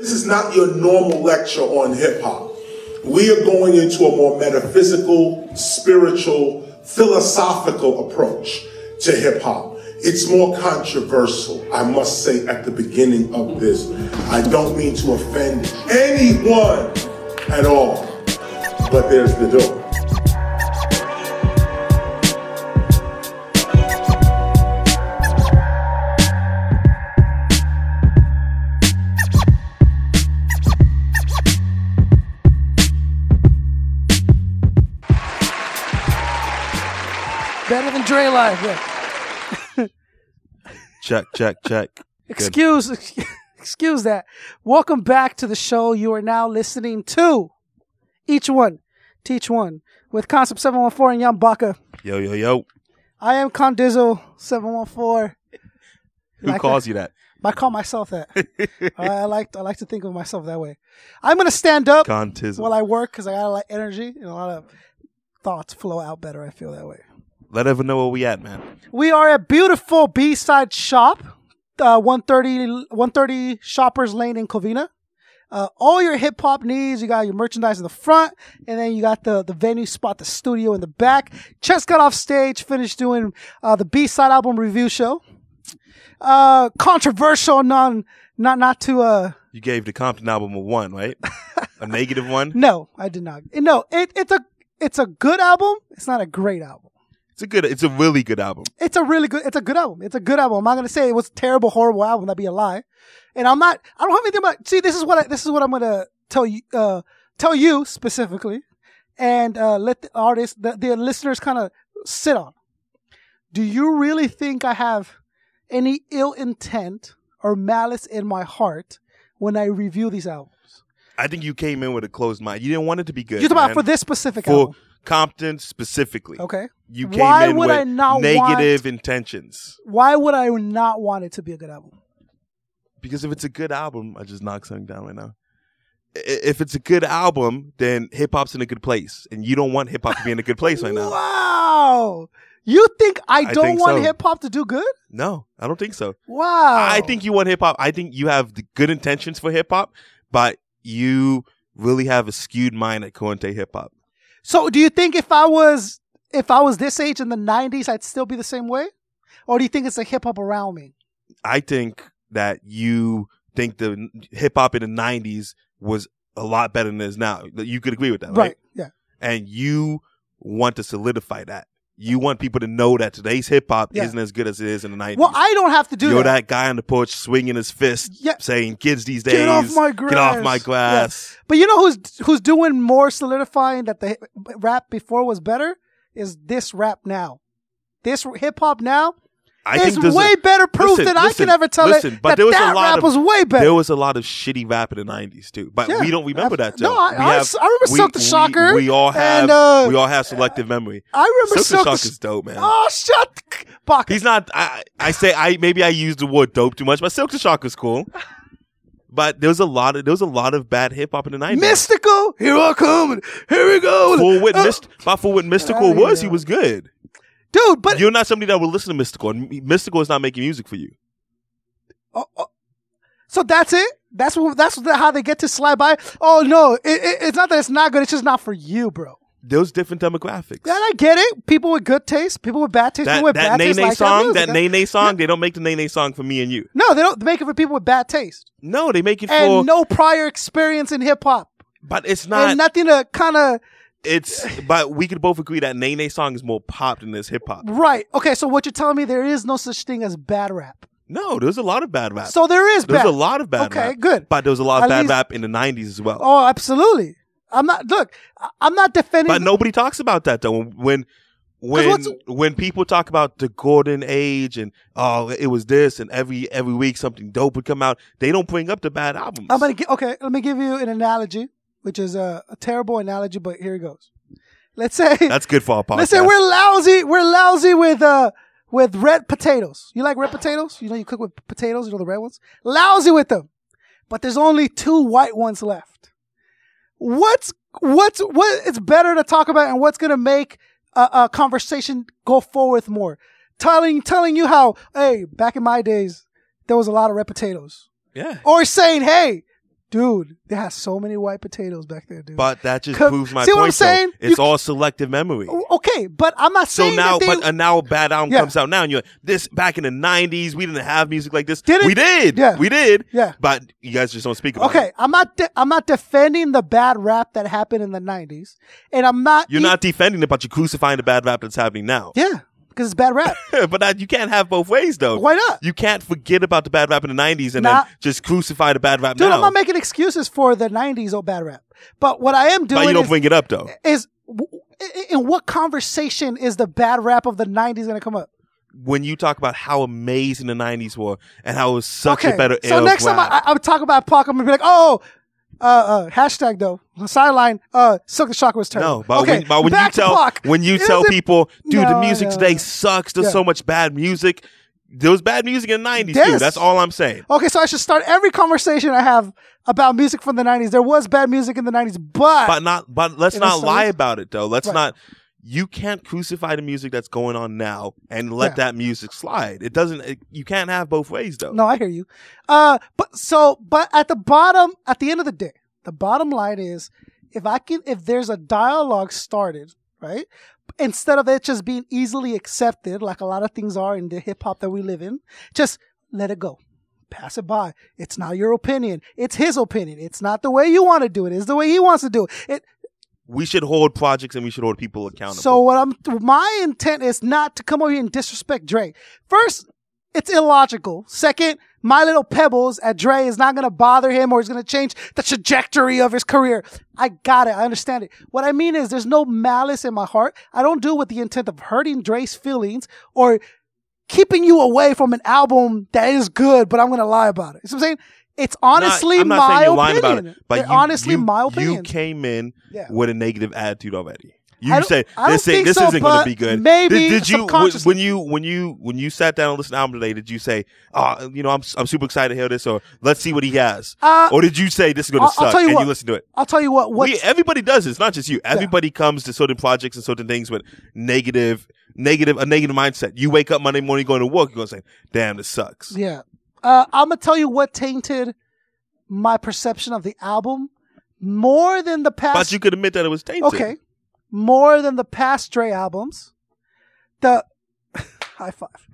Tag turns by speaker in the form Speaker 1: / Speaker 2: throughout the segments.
Speaker 1: This is not your normal lecture on hip hop. We are going into a more metaphysical, spiritual, philosophical approach to hip hop. It's more controversial, I must say, at the beginning of this. I don't mean to offend anyone at all, but there's the door.
Speaker 2: Better than Dre Live. yeah.
Speaker 3: Check, check, check.
Speaker 2: Excuse, excuse that. Welcome back to the show. You are now listening to each one, teach one with Concept Seven One Four and Young Baka.
Speaker 3: Yo, yo, yo.
Speaker 2: I am Condizzle Seven One Four.
Speaker 3: Who
Speaker 2: Like
Speaker 3: calls you that?
Speaker 2: I call myself that. I, I like I like to think of myself that way. I'm gonna stand up
Speaker 3: Contism.
Speaker 2: while I work because I got a lot of energy and a lot of thoughts flow out better. I feel that way.
Speaker 3: Let everyone know where we at, man.
Speaker 2: We are at beautiful B side shop, uh, 130, 130 Shoppers Lane in Covina. Uh, all your hip hop needs. You got your merchandise in the front, and then you got the, the venue spot, the studio in the back. Just got off stage, finished doing uh, the B side album review show. Uh, controversial, non, not not to uh,
Speaker 3: You gave the Compton album a one, right? a negative one.
Speaker 2: no, I did not. No, it, it's a it's a good album. It's not a great album.
Speaker 3: It's a good. It's a really good album.
Speaker 2: it's a really good it's a good album it's a good album i'm not gonna say it was a terrible horrible album that'd be a lie and i'm not i don't have anything about see this is what I, this is what i'm gonna tell you uh tell you specifically and uh let the artists the, the listeners kind of sit on do you really think i have any ill intent or malice in my heart when i review these albums
Speaker 3: I think you came in with a closed mind. You didn't want it to be good.
Speaker 2: you're talking about
Speaker 3: man.
Speaker 2: for this specific
Speaker 3: for
Speaker 2: album
Speaker 3: Compton specifically.
Speaker 2: okay
Speaker 3: You came
Speaker 2: Why
Speaker 3: in
Speaker 2: would
Speaker 3: with
Speaker 2: I not
Speaker 3: negative intentions.
Speaker 2: why would i not want it to be a good album
Speaker 3: Because if it's a good album, I just knocked something down right now. I- If it's a good album, then hip hop's in a good place, and you don't want hip hop to be in a good place right now.
Speaker 2: Wow. You think I
Speaker 3: I
Speaker 2: don't
Speaker 3: think
Speaker 2: want
Speaker 3: so.
Speaker 2: hip hop to do good?
Speaker 3: No, I don't think so.
Speaker 2: Wow.
Speaker 3: I think you want hip hop. I think you have the good intentions for hip hop, but you really have a skewed mind at Conte hip hop.
Speaker 2: so. Do you think if I was if I was this age in the '90s, I'd still be the same way, or do you think it's the hip hop around me?
Speaker 3: I think that you think the hip hop in the '90s was a lot better than it is now. You could agree with that, right?
Speaker 2: Yeah.
Speaker 3: and you want to solidify that. You want people to know that today's hip hop
Speaker 2: Yeah.
Speaker 3: isn't as good as it is in the nineties.
Speaker 2: Well, I don't have to do
Speaker 3: You're
Speaker 2: that.
Speaker 3: that. guy on the porch swinging his fist,
Speaker 2: Yeah.
Speaker 3: saying, "Kids these days,
Speaker 2: Get off my
Speaker 3: Get off my
Speaker 2: grass."
Speaker 3: glass."
Speaker 2: But you know who's who's doing more solidifying that the hip- rap before was better is this rap now. This hip hop now
Speaker 3: I
Speaker 2: is
Speaker 3: think there's a-
Speaker 2: way better proof
Speaker 3: Listen,
Speaker 2: than I
Speaker 3: listen,
Speaker 2: can ever tell
Speaker 3: listen,
Speaker 2: it
Speaker 3: but
Speaker 2: that
Speaker 3: there was a
Speaker 2: that
Speaker 3: lot
Speaker 2: rap
Speaker 3: of-
Speaker 2: was way better.
Speaker 3: There was a lot of shitty rap in the '90s too, but
Speaker 2: Yeah.
Speaker 3: we don't remember that. Joe.
Speaker 2: No, I-
Speaker 3: We
Speaker 2: I- I remember Silk the Shocker
Speaker 3: We, we all have
Speaker 2: and, uh,
Speaker 3: we all have selective memory.
Speaker 2: I remember
Speaker 3: Silk the
Speaker 2: Silk the
Speaker 3: Shocker's dope, man.
Speaker 2: Oh, shut Baka.
Speaker 3: He's not. I, I say I maybe I used the word dope too much, but Silk the Shock was cool. But there was a lot of there was a lot of bad hip hop in the nineties.
Speaker 2: mystical. Here I come. Here we go.
Speaker 3: Full with
Speaker 2: Uh,
Speaker 3: myst- by full with mystical
Speaker 2: outta here,
Speaker 3: was he
Speaker 2: yo.
Speaker 3: was good.
Speaker 2: dude. But
Speaker 3: You're not somebody that would listen to mystical, and M- mystical is not making music for you.
Speaker 2: so that's it. That's what. That's the, how they get to slide by. Oh no, it, it, it's not that it's not good. It's just not for you, bro.
Speaker 3: Those different demographics.
Speaker 2: And I get it. People with good taste, people with bad taste,
Speaker 3: that
Speaker 2: people with
Speaker 3: that
Speaker 2: bad
Speaker 3: Nay
Speaker 2: taste
Speaker 3: Nay
Speaker 2: like
Speaker 3: song,
Speaker 2: that,
Speaker 3: that
Speaker 2: music.
Speaker 3: Nay Nay song, they don't make the Nay Nay song for me and you.
Speaker 2: No, they don't make it for people with bad taste
Speaker 3: No, they make it
Speaker 2: and
Speaker 3: for.
Speaker 2: no prior experience in hip hop
Speaker 3: but it's not.
Speaker 2: and nothing to kind of
Speaker 3: it's. But we could both agree that Nay Nay song is more pop than this hip hop.
Speaker 2: right. Okay, so what you're telling me there is no such thing as bad rap.
Speaker 3: No, there's a lot of bad rap.
Speaker 2: So there is
Speaker 3: There's
Speaker 2: bad.
Speaker 3: a lot of bad
Speaker 2: Okay,
Speaker 3: rap.
Speaker 2: good.
Speaker 3: But there was a lot of
Speaker 2: At
Speaker 3: bad
Speaker 2: least-
Speaker 3: rap in the 90s as well.
Speaker 2: Oh, absolutely. I'm not look. I- I'm not defending.
Speaker 3: but nobody talks about that though. When when
Speaker 2: what's-
Speaker 3: when people talk about the golden age and oh it was this and every every week something dope would come out, they don't bring up the bad albums.
Speaker 2: I'm gonna get okay. Let me give you an analogy, which is a, a terrible analogy, but here it goes. Let's say
Speaker 3: That's good for our podcast.
Speaker 2: let's say we're lousy. We're lousy with uh with red potatoes. You like red potatoes? You know you cook with potatoes. You know the red ones. Lousy with them, but there's only two white ones left. What's what's what? It's better to talk about, and what's gonna make a, a conversation go forward more? Telling telling you how hey back in my days there was a lot of red potatoes
Speaker 3: yeah.
Speaker 2: or saying, "Hey, dude, they had so many white potatoes back there, dude.
Speaker 3: But that just
Speaker 2: Co-
Speaker 3: proves my
Speaker 2: see
Speaker 3: point.
Speaker 2: what I'm
Speaker 3: though.
Speaker 2: saying?
Speaker 3: It's
Speaker 2: You-
Speaker 3: all selective memory.
Speaker 2: O- okay, but I'm not
Speaker 3: So
Speaker 2: saying
Speaker 3: now,
Speaker 2: that they,
Speaker 3: but uh, now a bad album
Speaker 2: Yeah.
Speaker 3: comes out now, and you're like, this back in the '90s, we didn't have music like this.
Speaker 2: Did it?
Speaker 3: we did,
Speaker 2: Yeah.
Speaker 3: we did,
Speaker 2: Yeah.
Speaker 3: But you guys just don't speak about it.
Speaker 2: Okay, I'm not. De- I'm not defending the bad rap that happened in the '90s, and I'm not.
Speaker 3: You're
Speaker 2: e-
Speaker 3: not defending it, but you're crucifying the bad rap that's happening now.
Speaker 2: Yeah, because it's bad rap.
Speaker 3: but that, you can't have both ways, though.
Speaker 2: Why not?
Speaker 3: You can't forget about the bad rap in the '90s and
Speaker 2: Nah.
Speaker 3: then just crucify the bad rap
Speaker 2: Dude,
Speaker 3: now.
Speaker 2: I'm not making excuses for the '90s or bad rap. But what I am
Speaker 3: but you
Speaker 2: doing
Speaker 3: don't
Speaker 2: is,
Speaker 3: bring it up, though.
Speaker 2: is w- i- in what conversation is the bad rap of the '90s going to come up?
Speaker 3: When you talk about how amazing the '90s were and how it was such
Speaker 2: okay,
Speaker 3: a better era
Speaker 2: so
Speaker 3: of
Speaker 2: next time
Speaker 3: rap.
Speaker 2: I, I, I'm talking about Pac, I'm gonna be like, oh. Uh, uh, hashtag though sideline. Uh, Silk the Shocker was terrible.
Speaker 3: No, but
Speaker 2: okay,
Speaker 3: when, but when you
Speaker 2: back to
Speaker 3: tell
Speaker 2: Pac.
Speaker 3: when you
Speaker 2: Is
Speaker 3: tell
Speaker 2: it-
Speaker 3: people, dude,
Speaker 2: No,
Speaker 3: the music
Speaker 2: no,
Speaker 3: today
Speaker 2: no.
Speaker 3: sucks. There's
Speaker 2: Yeah.
Speaker 3: so much bad music. There was bad music in the '90s too.
Speaker 2: Yes.
Speaker 3: That's all I'm saying.
Speaker 2: Okay, so I should start every conversation I have about music from the '90s. There was bad music in the '90s, but,
Speaker 3: But not. But let's
Speaker 2: It was
Speaker 3: not lie
Speaker 2: so-
Speaker 3: about it though. Let's
Speaker 2: Right.
Speaker 3: not. You can't crucify the music that's going on now and let
Speaker 2: Yeah.
Speaker 3: that music slide. It doesn't. It, you can't have both ways though.
Speaker 2: no, I hear you. Uh, but so, but at the bottom, at the end of the day, the bottom line is, if I can, if there's a dialogue started, right, instead of it just being easily accepted, like a lot of things are in the hip hop that we live in, just let it go. Pass it by. It's not your opinion. It's his opinion. It's not the way you want to do it. It's the way he wants to do it. It
Speaker 3: We should hold projects and we should hold people accountable.
Speaker 2: So what I'm my intent is not to come over here and disrespect Dre. First, it's illogical. Second, my little pebbles at Dre is not gonna bother him or it's gonna change the trajectory of his career. I got it. I understand it. What I mean is there's no malice in my heart. I don't do it with the intent of hurting Dre's feelings or keeping you away from an album that is good, but I'm gonna lie about it. You see what I'm saying? It's
Speaker 3: Not-
Speaker 2: honestly
Speaker 3: I'm not
Speaker 2: my
Speaker 3: saying you're lying
Speaker 2: opinion.
Speaker 3: about it, but
Speaker 2: They're
Speaker 3: you,
Speaker 2: honestly
Speaker 3: you,
Speaker 2: my
Speaker 3: You
Speaker 2: opinion.
Speaker 3: came in
Speaker 2: Yeah.
Speaker 3: with a negative attitude already.
Speaker 2: I
Speaker 3: You
Speaker 2: don't-
Speaker 3: said
Speaker 2: I
Speaker 3: this
Speaker 2: don't
Speaker 3: ain't,
Speaker 2: think
Speaker 3: this
Speaker 2: so,
Speaker 3: isn't going
Speaker 2: but
Speaker 3: to be good.
Speaker 2: maybe
Speaker 3: did, did you when,
Speaker 2: subconsciously.
Speaker 3: when you when you when you sat down and listened to the album today? Did you say, "Oh, you know, I'm I'm super excited to hear this," or "Let's see what he has,"
Speaker 2: Uh,
Speaker 3: or did you say, "This is going
Speaker 2: I'll-
Speaker 3: to
Speaker 2: I'll
Speaker 3: suck,"
Speaker 2: tell you
Speaker 3: and
Speaker 2: what.
Speaker 3: you listen to it?
Speaker 2: I'll tell you what, what
Speaker 3: We, everybody does this, not just you. Everybody comes to certain projects and certain things with negative, negative, a negative mindset. You wake up Monday morning going to work, you're going to say, "Damn, this sucks."
Speaker 2: Yeah. Uh, I'm going to tell you what tainted my perception of the album more than the past.
Speaker 3: But you could admit that it was tainted.
Speaker 2: okay. More than the past Dre albums. The high five.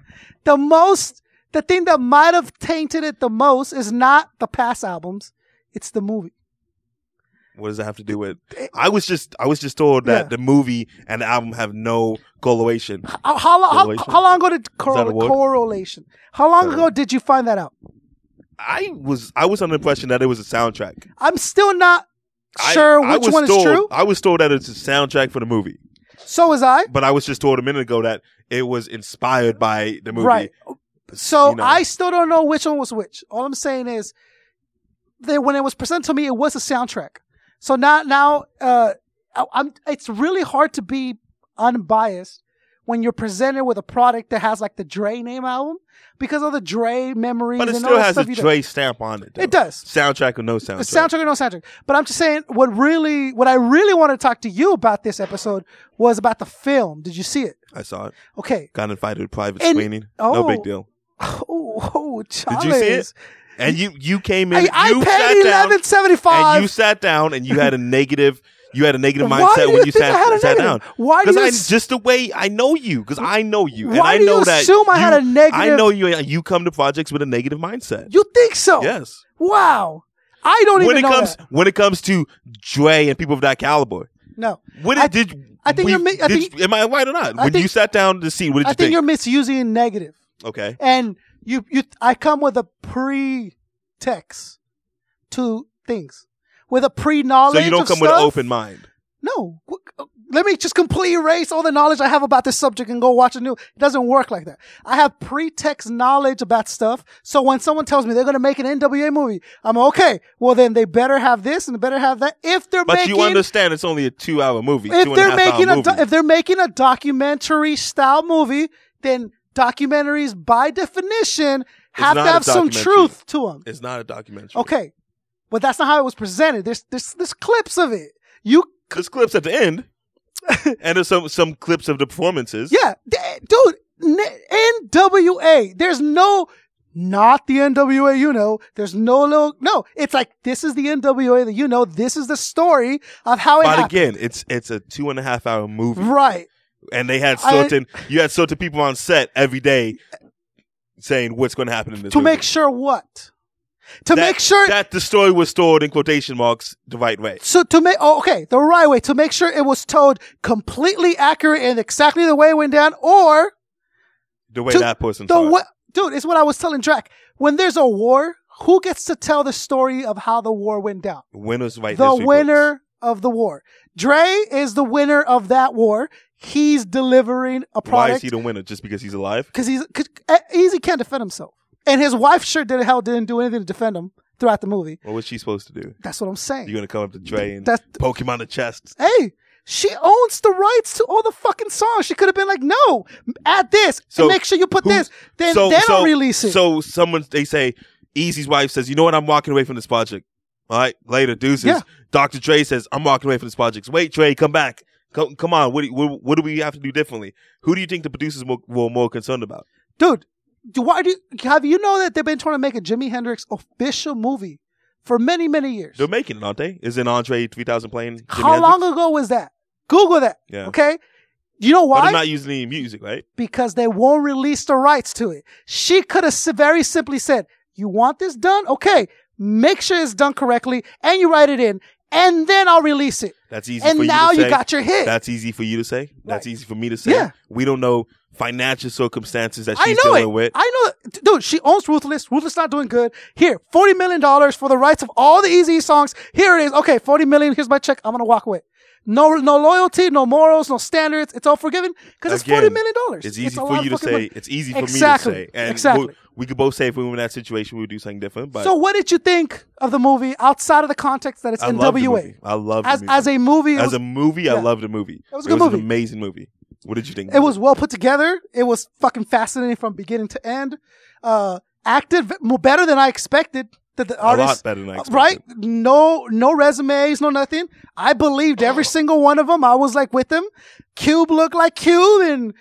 Speaker 2: The most, the thing that might have tainted it the most is not the past albums, it's the movie.
Speaker 3: What does that have to do with? I was just I was just told that
Speaker 2: Yeah.
Speaker 3: the movie and the album have no correlation.
Speaker 2: How, how, lo- how,
Speaker 3: Correlation?
Speaker 2: how long ago did
Speaker 3: that a
Speaker 2: correl-
Speaker 3: word?
Speaker 2: correlation? How long
Speaker 3: that a
Speaker 2: ago did you find that out?
Speaker 3: I was I was under the impression that it was a soundtrack.
Speaker 2: I'm still not
Speaker 3: I-
Speaker 2: sure
Speaker 3: I
Speaker 2: which
Speaker 3: was
Speaker 2: one is
Speaker 3: told-
Speaker 2: true.
Speaker 3: I was told that it's a soundtrack for the movie,
Speaker 2: So was I.
Speaker 3: but I was just told a minute ago that it was inspired by the movie.
Speaker 2: Right. So
Speaker 3: you know.
Speaker 2: I still don't know which one was which. All I'm saying is that when it was presented to me, it was a soundtrack. So now, now, uh, I- I'm, it's really hard to be unbiased when you're presented with a product that has like the Dre name album because of the Dre memories.
Speaker 3: But it
Speaker 2: and
Speaker 3: still
Speaker 2: all that
Speaker 3: has a
Speaker 2: stuff you do.
Speaker 3: Dre stamp on it. though.
Speaker 2: It does.
Speaker 3: Soundtrack or no soundtrack.
Speaker 2: The soundtrack or no soundtrack. But I'm just saying, what really, what I really want to talk to you about this episode was about the film. Did you see it?
Speaker 3: I saw it.
Speaker 2: Okay.
Speaker 3: Got invited to a private
Speaker 2: And-
Speaker 3: screening.
Speaker 2: oh.
Speaker 3: no big deal.
Speaker 2: Oh, oh
Speaker 3: Did you see
Speaker 2: Charles.
Speaker 3: it? And you you came in.
Speaker 2: I, I
Speaker 3: you
Speaker 2: paid
Speaker 3: sat down.
Speaker 2: eleven seventy five.
Speaker 3: and you sat down and you had a negative you had a negative
Speaker 2: Why
Speaker 3: mindset
Speaker 2: do
Speaker 3: when
Speaker 2: you
Speaker 3: you
Speaker 2: think
Speaker 3: sat,
Speaker 2: I had a
Speaker 3: sat
Speaker 2: negative?
Speaker 3: down
Speaker 2: Why do
Speaker 3: because
Speaker 2: you
Speaker 3: I,
Speaker 2: s-
Speaker 3: just the way i know you because i know you and
Speaker 2: Why
Speaker 3: i
Speaker 2: do
Speaker 3: know
Speaker 2: you
Speaker 3: that
Speaker 2: assume I had
Speaker 3: you-
Speaker 2: a negative-
Speaker 3: i know you you come to projects with a negative mindset
Speaker 2: You think so?
Speaker 3: yes
Speaker 2: Wow. I don't even
Speaker 3: when it
Speaker 2: know
Speaker 3: comes
Speaker 2: that.
Speaker 3: when it comes to Dre and people of that caliber
Speaker 2: No.
Speaker 3: what
Speaker 2: I-
Speaker 3: did
Speaker 2: I think
Speaker 3: we-
Speaker 2: you're mi- I
Speaker 3: did
Speaker 2: think-
Speaker 3: you- am i right or not
Speaker 2: I
Speaker 3: when you
Speaker 2: think-
Speaker 3: sat down to see what did
Speaker 2: I
Speaker 3: you
Speaker 2: think, you're misusing negative.
Speaker 3: okay
Speaker 2: And you you I come with a pre-text to things. With a pre-knowledge
Speaker 3: so you don't
Speaker 2: of
Speaker 3: come with
Speaker 2: stuff.
Speaker 3: an open mind
Speaker 2: No. Wh- Let me just completely erase all the knowledge I have about this subject and go watch a new. It doesn't work like that. I have pretext knowledge about stuff. So when someone tells me they're going to make an NWA movie, I'm okay. Well, then they better have this and they better have that. If they're
Speaker 3: but
Speaker 2: making,
Speaker 3: you understand it's only a two-hour movie two
Speaker 2: if
Speaker 3: and a
Speaker 2: they're
Speaker 3: half hour
Speaker 2: making a,
Speaker 3: movie.
Speaker 2: do- if they're making a documentary style movie, then documentaries by definition have to
Speaker 3: not a
Speaker 2: have some
Speaker 3: documentary.
Speaker 2: truth to them.
Speaker 3: it's not a documentary
Speaker 2: Okay, but that's not how it was presented. There's there's there's clips of it. You
Speaker 3: there's clips at the end, and there's some some clips of the performances.
Speaker 2: Yeah, d- dude, N- NWA. There's no not the NWA you know. There's no little, no, it's like, this is the NWA that you know. This is the story of how it
Speaker 3: But
Speaker 2: happened.
Speaker 3: again, it's it's a two and a half hour movie,
Speaker 2: Right.
Speaker 3: and they had
Speaker 2: I-
Speaker 3: certain you had certain people on set every day saying what's going to happen in this
Speaker 2: To
Speaker 3: movie.
Speaker 2: make sure what? To
Speaker 3: That-
Speaker 2: make sure
Speaker 3: that the story was stored in quotation marks the right way.
Speaker 2: So to make, oh, okay, the right way to make sure it was told completely accurate and exactly the way it went down, or
Speaker 3: The way
Speaker 2: To-
Speaker 3: that person
Speaker 2: the
Speaker 3: saw it.
Speaker 2: what, dude, it's what I was telling Drac. When there's a war, who gets to tell the story of how the war went down?
Speaker 3: winners right
Speaker 2: the winner of the war. Dre is the winner of that war. He's delivering a
Speaker 3: Why is
Speaker 2: product
Speaker 3: he the winner? Just because he's alive?
Speaker 2: because he's cause, uh, Easy can't defend himself, and his wife sure did hell didn't do anything to defend him throughout the movie.
Speaker 3: What was she supposed to do?
Speaker 2: That's what I'm saying.
Speaker 3: You're gonna come up to Dre and
Speaker 2: That's-
Speaker 3: poke him on the chest.
Speaker 2: hey, she owns the rights to all the fucking songs. She could have been like, no, add this
Speaker 3: So
Speaker 2: and make sure you put
Speaker 3: who-
Speaker 2: this. Then they don't release it.
Speaker 3: So someone they say, Easy's wife says, "You know what? I'm walking away from this project. All right, later, deuces."
Speaker 2: Yeah.
Speaker 3: Dr. Dre says, "I'm walking away from this project. Wait, Dre, come back. Come, come on. What do, you, what, what do we have to do differently? Who do you think the producers were, were more concerned about?
Speaker 2: Dude, do, why do have you know that they've been trying to make a Jimi Hendrix official movie for many, many years?
Speaker 3: They're making it, aren't they? Is an Andre 3000 playing? Jimi
Speaker 2: How
Speaker 3: Hendrix?
Speaker 2: long ago was that? Google that.
Speaker 3: Yeah.
Speaker 2: Okay. You know
Speaker 3: But
Speaker 2: why?
Speaker 3: they're not using any music, right?
Speaker 2: because they won't release the rights to it. She could have very simply said, You want this done? Okay. Make sure it's done correctly and you write it in, and then I'll release it.
Speaker 3: That's easy.
Speaker 2: And
Speaker 3: for you
Speaker 2: now
Speaker 3: to
Speaker 2: you
Speaker 3: say.
Speaker 2: got your hit.
Speaker 3: That's easy for you to say. That's
Speaker 2: Right.
Speaker 3: easy for me to say.
Speaker 2: Yeah.
Speaker 3: We don't know financial circumstances that
Speaker 2: I
Speaker 3: she's
Speaker 2: know
Speaker 3: dealing
Speaker 2: it.
Speaker 3: with.
Speaker 2: I know, it. dude. She owns Ruthless. Ruthless not doing good. Here, forty million dollars for the rights of all the Easy songs. Here it is. Okay, forty million. Here's my check. I'm gonna walk away. No, no loyalty, no morals, no standards. It's all forgiven because it's
Speaker 3: Again,
Speaker 2: forty million dollars.
Speaker 3: It's easy
Speaker 2: a
Speaker 3: for
Speaker 2: lot of
Speaker 3: you to
Speaker 2: fucking
Speaker 3: say.
Speaker 2: money.
Speaker 3: It's easy for
Speaker 2: Exactly.
Speaker 3: me to say. And
Speaker 2: Exactly.
Speaker 3: we- we could both say if we were in that situation, we would do something different. But
Speaker 2: So, what did you think of the movie outside of the context that it's
Speaker 3: I
Speaker 2: in
Speaker 3: love the
Speaker 2: WA?
Speaker 3: movie. I love
Speaker 2: As
Speaker 3: the movie.
Speaker 2: as a movie, it
Speaker 3: As
Speaker 2: was,
Speaker 3: a movie, I
Speaker 2: yeah.
Speaker 3: love the movie.
Speaker 2: It was a good
Speaker 3: an
Speaker 2: movie.
Speaker 3: amazing movie. What did you think?
Speaker 2: it was well put together. It was fucking fascinating from beginning to end. Uh, acted v- mo- better than I expected. That the
Speaker 3: a
Speaker 2: artist uh,
Speaker 3: lot better than I expected.
Speaker 2: right? No, no resumes, no nothing. I believed
Speaker 3: Oh.
Speaker 2: every single one of them. I was like with them. Cube looked like Cube, and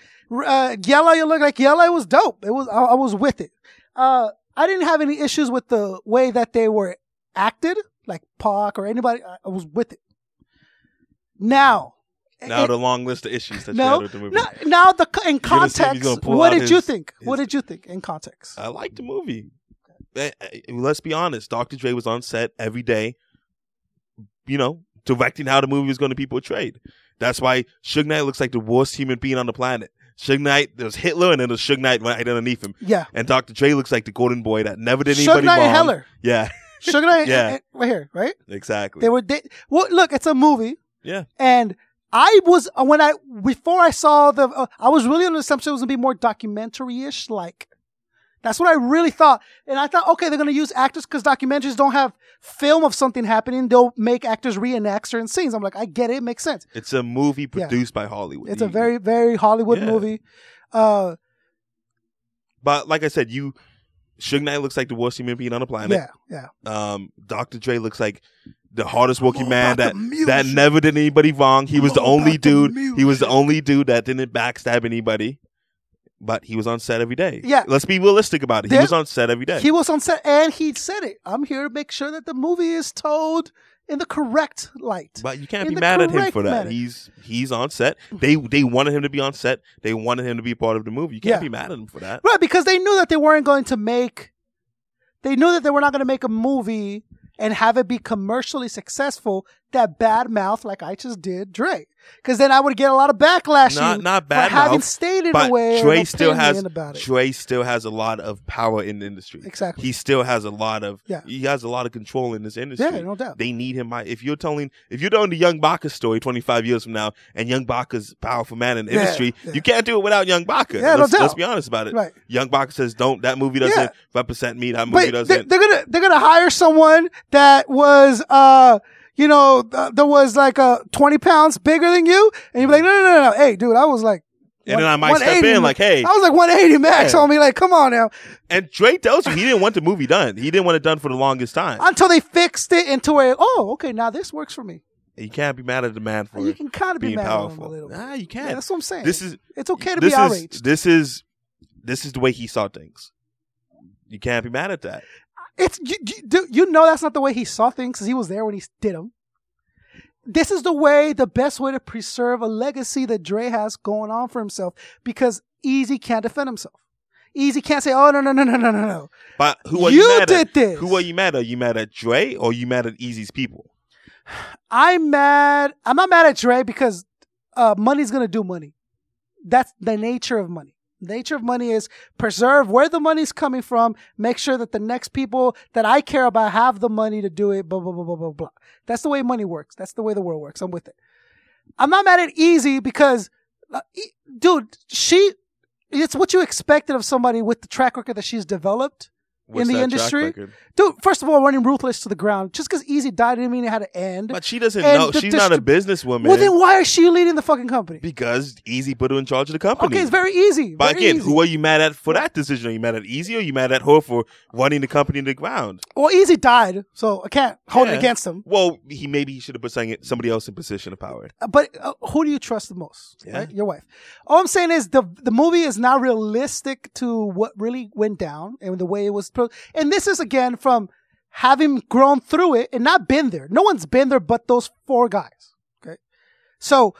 Speaker 2: uh, Yellow you looked like Yellow. It was dope. It was I, I was with it. Uh, I didn't have any issues with the way that they were acted, like Pac or anybody. I, I was with it. Now,
Speaker 3: Now
Speaker 2: it-
Speaker 3: the long list of issues that you had
Speaker 2: no,
Speaker 3: with the movie.
Speaker 2: no, now the co- in
Speaker 3: gonna see if he's gonna
Speaker 2: context.
Speaker 3: pull
Speaker 2: What
Speaker 3: out
Speaker 2: did you
Speaker 3: his-
Speaker 2: think? What
Speaker 3: his- Uh,
Speaker 2: did you think in context?
Speaker 3: I liked the movie. Eh, eh, Let's be honest. Dr. Dre was on set every day, you know, directing how the movie was going to be portrayed. That's why Suge Knight looks like the worst human being on the planet. Suge Knight, there's Hitler, and then there's Suge Knight right underneath him.
Speaker 2: yeah,
Speaker 3: And Dr. Dre looks like the golden boy that never did
Speaker 2: Suge
Speaker 3: anybody
Speaker 2: Knight
Speaker 3: wrong.
Speaker 2: and Heller,
Speaker 3: Yeah,
Speaker 2: Suge Knight,
Speaker 3: Yeah.
Speaker 2: and- and- right here, right?
Speaker 3: exactly.
Speaker 2: They were they, well. Look, it's a movie,
Speaker 3: yeah,
Speaker 2: and I was uh, when I before I saw the uh, I was really under the assumption it was gonna be more documentary ish. Like that's what I really thought, and I thought okay, they're gonna use actors because documentaries don't have film of something happening. They'll make actors reenact certain scenes. I'm like, I get it, it makes sense.
Speaker 3: it's a movie produced by Hollywood.
Speaker 2: It's a
Speaker 3: You-
Speaker 2: very very Hollywood
Speaker 3: Mm-hmm. Yeah.
Speaker 2: movie. Uh,
Speaker 3: But like I said, you Suge Knight looks like the worst human being on the planet.
Speaker 2: yeah, yeah.
Speaker 3: um, Dr. Dre looks like the hardest working man
Speaker 2: about
Speaker 3: that
Speaker 2: the music.
Speaker 3: that never did anybody wrong. He
Speaker 2: More
Speaker 3: was the only
Speaker 2: about the
Speaker 3: dude. he was the only dude that didn't backstab anybody. But he was on set every day.
Speaker 2: Yeah.
Speaker 3: Let's be realistic about it.
Speaker 2: There-
Speaker 3: he was on set every day.
Speaker 2: He was on set and he said it. I'm here to make sure that the movie is told in the correct light.
Speaker 3: but you can't
Speaker 2: in
Speaker 3: be
Speaker 2: the
Speaker 3: mad at him
Speaker 2: correct
Speaker 3: for that.
Speaker 2: manner.
Speaker 3: He's he's on set. They they wanted him to be on set. They wanted him to be a part of the movie. You can't
Speaker 2: Yeah.
Speaker 3: be mad at him for that.
Speaker 2: Right, because they knew that they weren't going to make they knew that they were not going to make a movie and have it be commercially successful that bad mouth like I just did Dre. Because then I would get a lot of backlash
Speaker 3: Not-
Speaker 2: in
Speaker 3: not
Speaker 2: for
Speaker 3: bad
Speaker 2: having
Speaker 3: mouth,
Speaker 2: stated
Speaker 3: But
Speaker 2: a way or
Speaker 3: Dre
Speaker 2: an
Speaker 3: still has
Speaker 2: opinion about it.
Speaker 3: Dre still has a lot of power in the industry.
Speaker 2: Exactly.
Speaker 3: He still has a lot of
Speaker 2: Yeah.
Speaker 3: he has a lot of control in this industry.
Speaker 2: yeah, no doubt.
Speaker 3: They need him. If you're telling, if you're telling the Young Baka story 25 years from now, and Young Baka's a powerful man in the
Speaker 2: Yeah,
Speaker 3: industry,
Speaker 2: yeah.
Speaker 3: you can't do it without Young Baka.
Speaker 2: Yeah, no
Speaker 3: let's,
Speaker 2: doubt.
Speaker 3: let's be honest about it.
Speaker 2: Right.
Speaker 3: Young Baka says, "Don't that movie doesn't
Speaker 2: Yeah.
Speaker 3: represent me. That movie
Speaker 2: But they-
Speaker 3: doesn't."
Speaker 2: they're gonna they're gonna hire someone that was uh you know th- that was like uh twenty pounds bigger than you and you're like no no no no hey dude I was like
Speaker 3: and then I
Speaker 2: one- Oh.
Speaker 3: might step
Speaker 2: 180
Speaker 3: in like, "Hey,"
Speaker 2: I was like 180 max
Speaker 3: Yeah.
Speaker 2: on me like come on now
Speaker 3: and Dre tells you he didn't want the movie done. He didn't want it done for the longest time.
Speaker 2: until they fixed it into a oh okay now this works for me
Speaker 3: you can't be mad at the man for
Speaker 2: you can kind of be
Speaker 3: being
Speaker 2: mad at him
Speaker 3: powerful.
Speaker 2: a little bit.
Speaker 3: Nah, you
Speaker 2: Yeah,
Speaker 3: can't.
Speaker 2: that's what I'm saying
Speaker 3: this is
Speaker 2: it's okay to
Speaker 3: this
Speaker 2: be
Speaker 3: is
Speaker 2: outraged
Speaker 3: this is this is the way he saw things. you can't be mad at that.
Speaker 2: It's you, you, do- you know that's not the way he saw things because he was there when he did them. This is the way, the best way to preserve a legacy that Dre has going on for himself because Easy can't defend himself. Easy can't say, "Oh no, no, no, no, no, no, no."
Speaker 3: But who are you,
Speaker 2: You
Speaker 3: mad at?
Speaker 2: did this.
Speaker 3: Who are you mad at? Are you mad at Dre or you mad at Easy's people?
Speaker 2: I'm mad. I'm not mad at Dre because uh, money's gonna do money. That's the nature of money. Nature of money is preserve where the money's coming from. Make sure that the next people that I care about have the money to do it. Blah blah blah blah blah blah. That's the way money works. That's the way the world works. I'm with it. I'm not mad at Easy because, uh, E- dude, she. It's what you expected of somebody with the track record that she's developed
Speaker 3: What's
Speaker 2: in the
Speaker 3: that track
Speaker 2: industry.
Speaker 3: record?
Speaker 2: Dude, first of all, running ruthless to the ground. Just because Easy died didn't mean it had to end.
Speaker 3: But she doesn't
Speaker 2: And
Speaker 3: know.
Speaker 2: the
Speaker 3: She's not a businesswoman.
Speaker 2: Well, then why is she leading the fucking company?
Speaker 3: because Easy put her in charge of the company.
Speaker 2: Okay, it's very easy.
Speaker 3: but
Speaker 2: very
Speaker 3: again,
Speaker 2: easy.
Speaker 3: who are you mad at for that decision? Are you mad at Easy or you mad at her for running the company to the ground?
Speaker 2: well, Easy died, so I can't hold
Speaker 3: Yeah.
Speaker 2: it against him.
Speaker 3: Well, he maybe he should have put something- somebody else in position of power.
Speaker 2: Uh, But uh, who do you trust the most?
Speaker 3: Yeah.
Speaker 2: Right, your wife. All I'm saying is the the movie is not realistic to what really went down and the way it was. Pro- and this is again from having grown through it and not been there. No one's been there but those four guys. Okay, so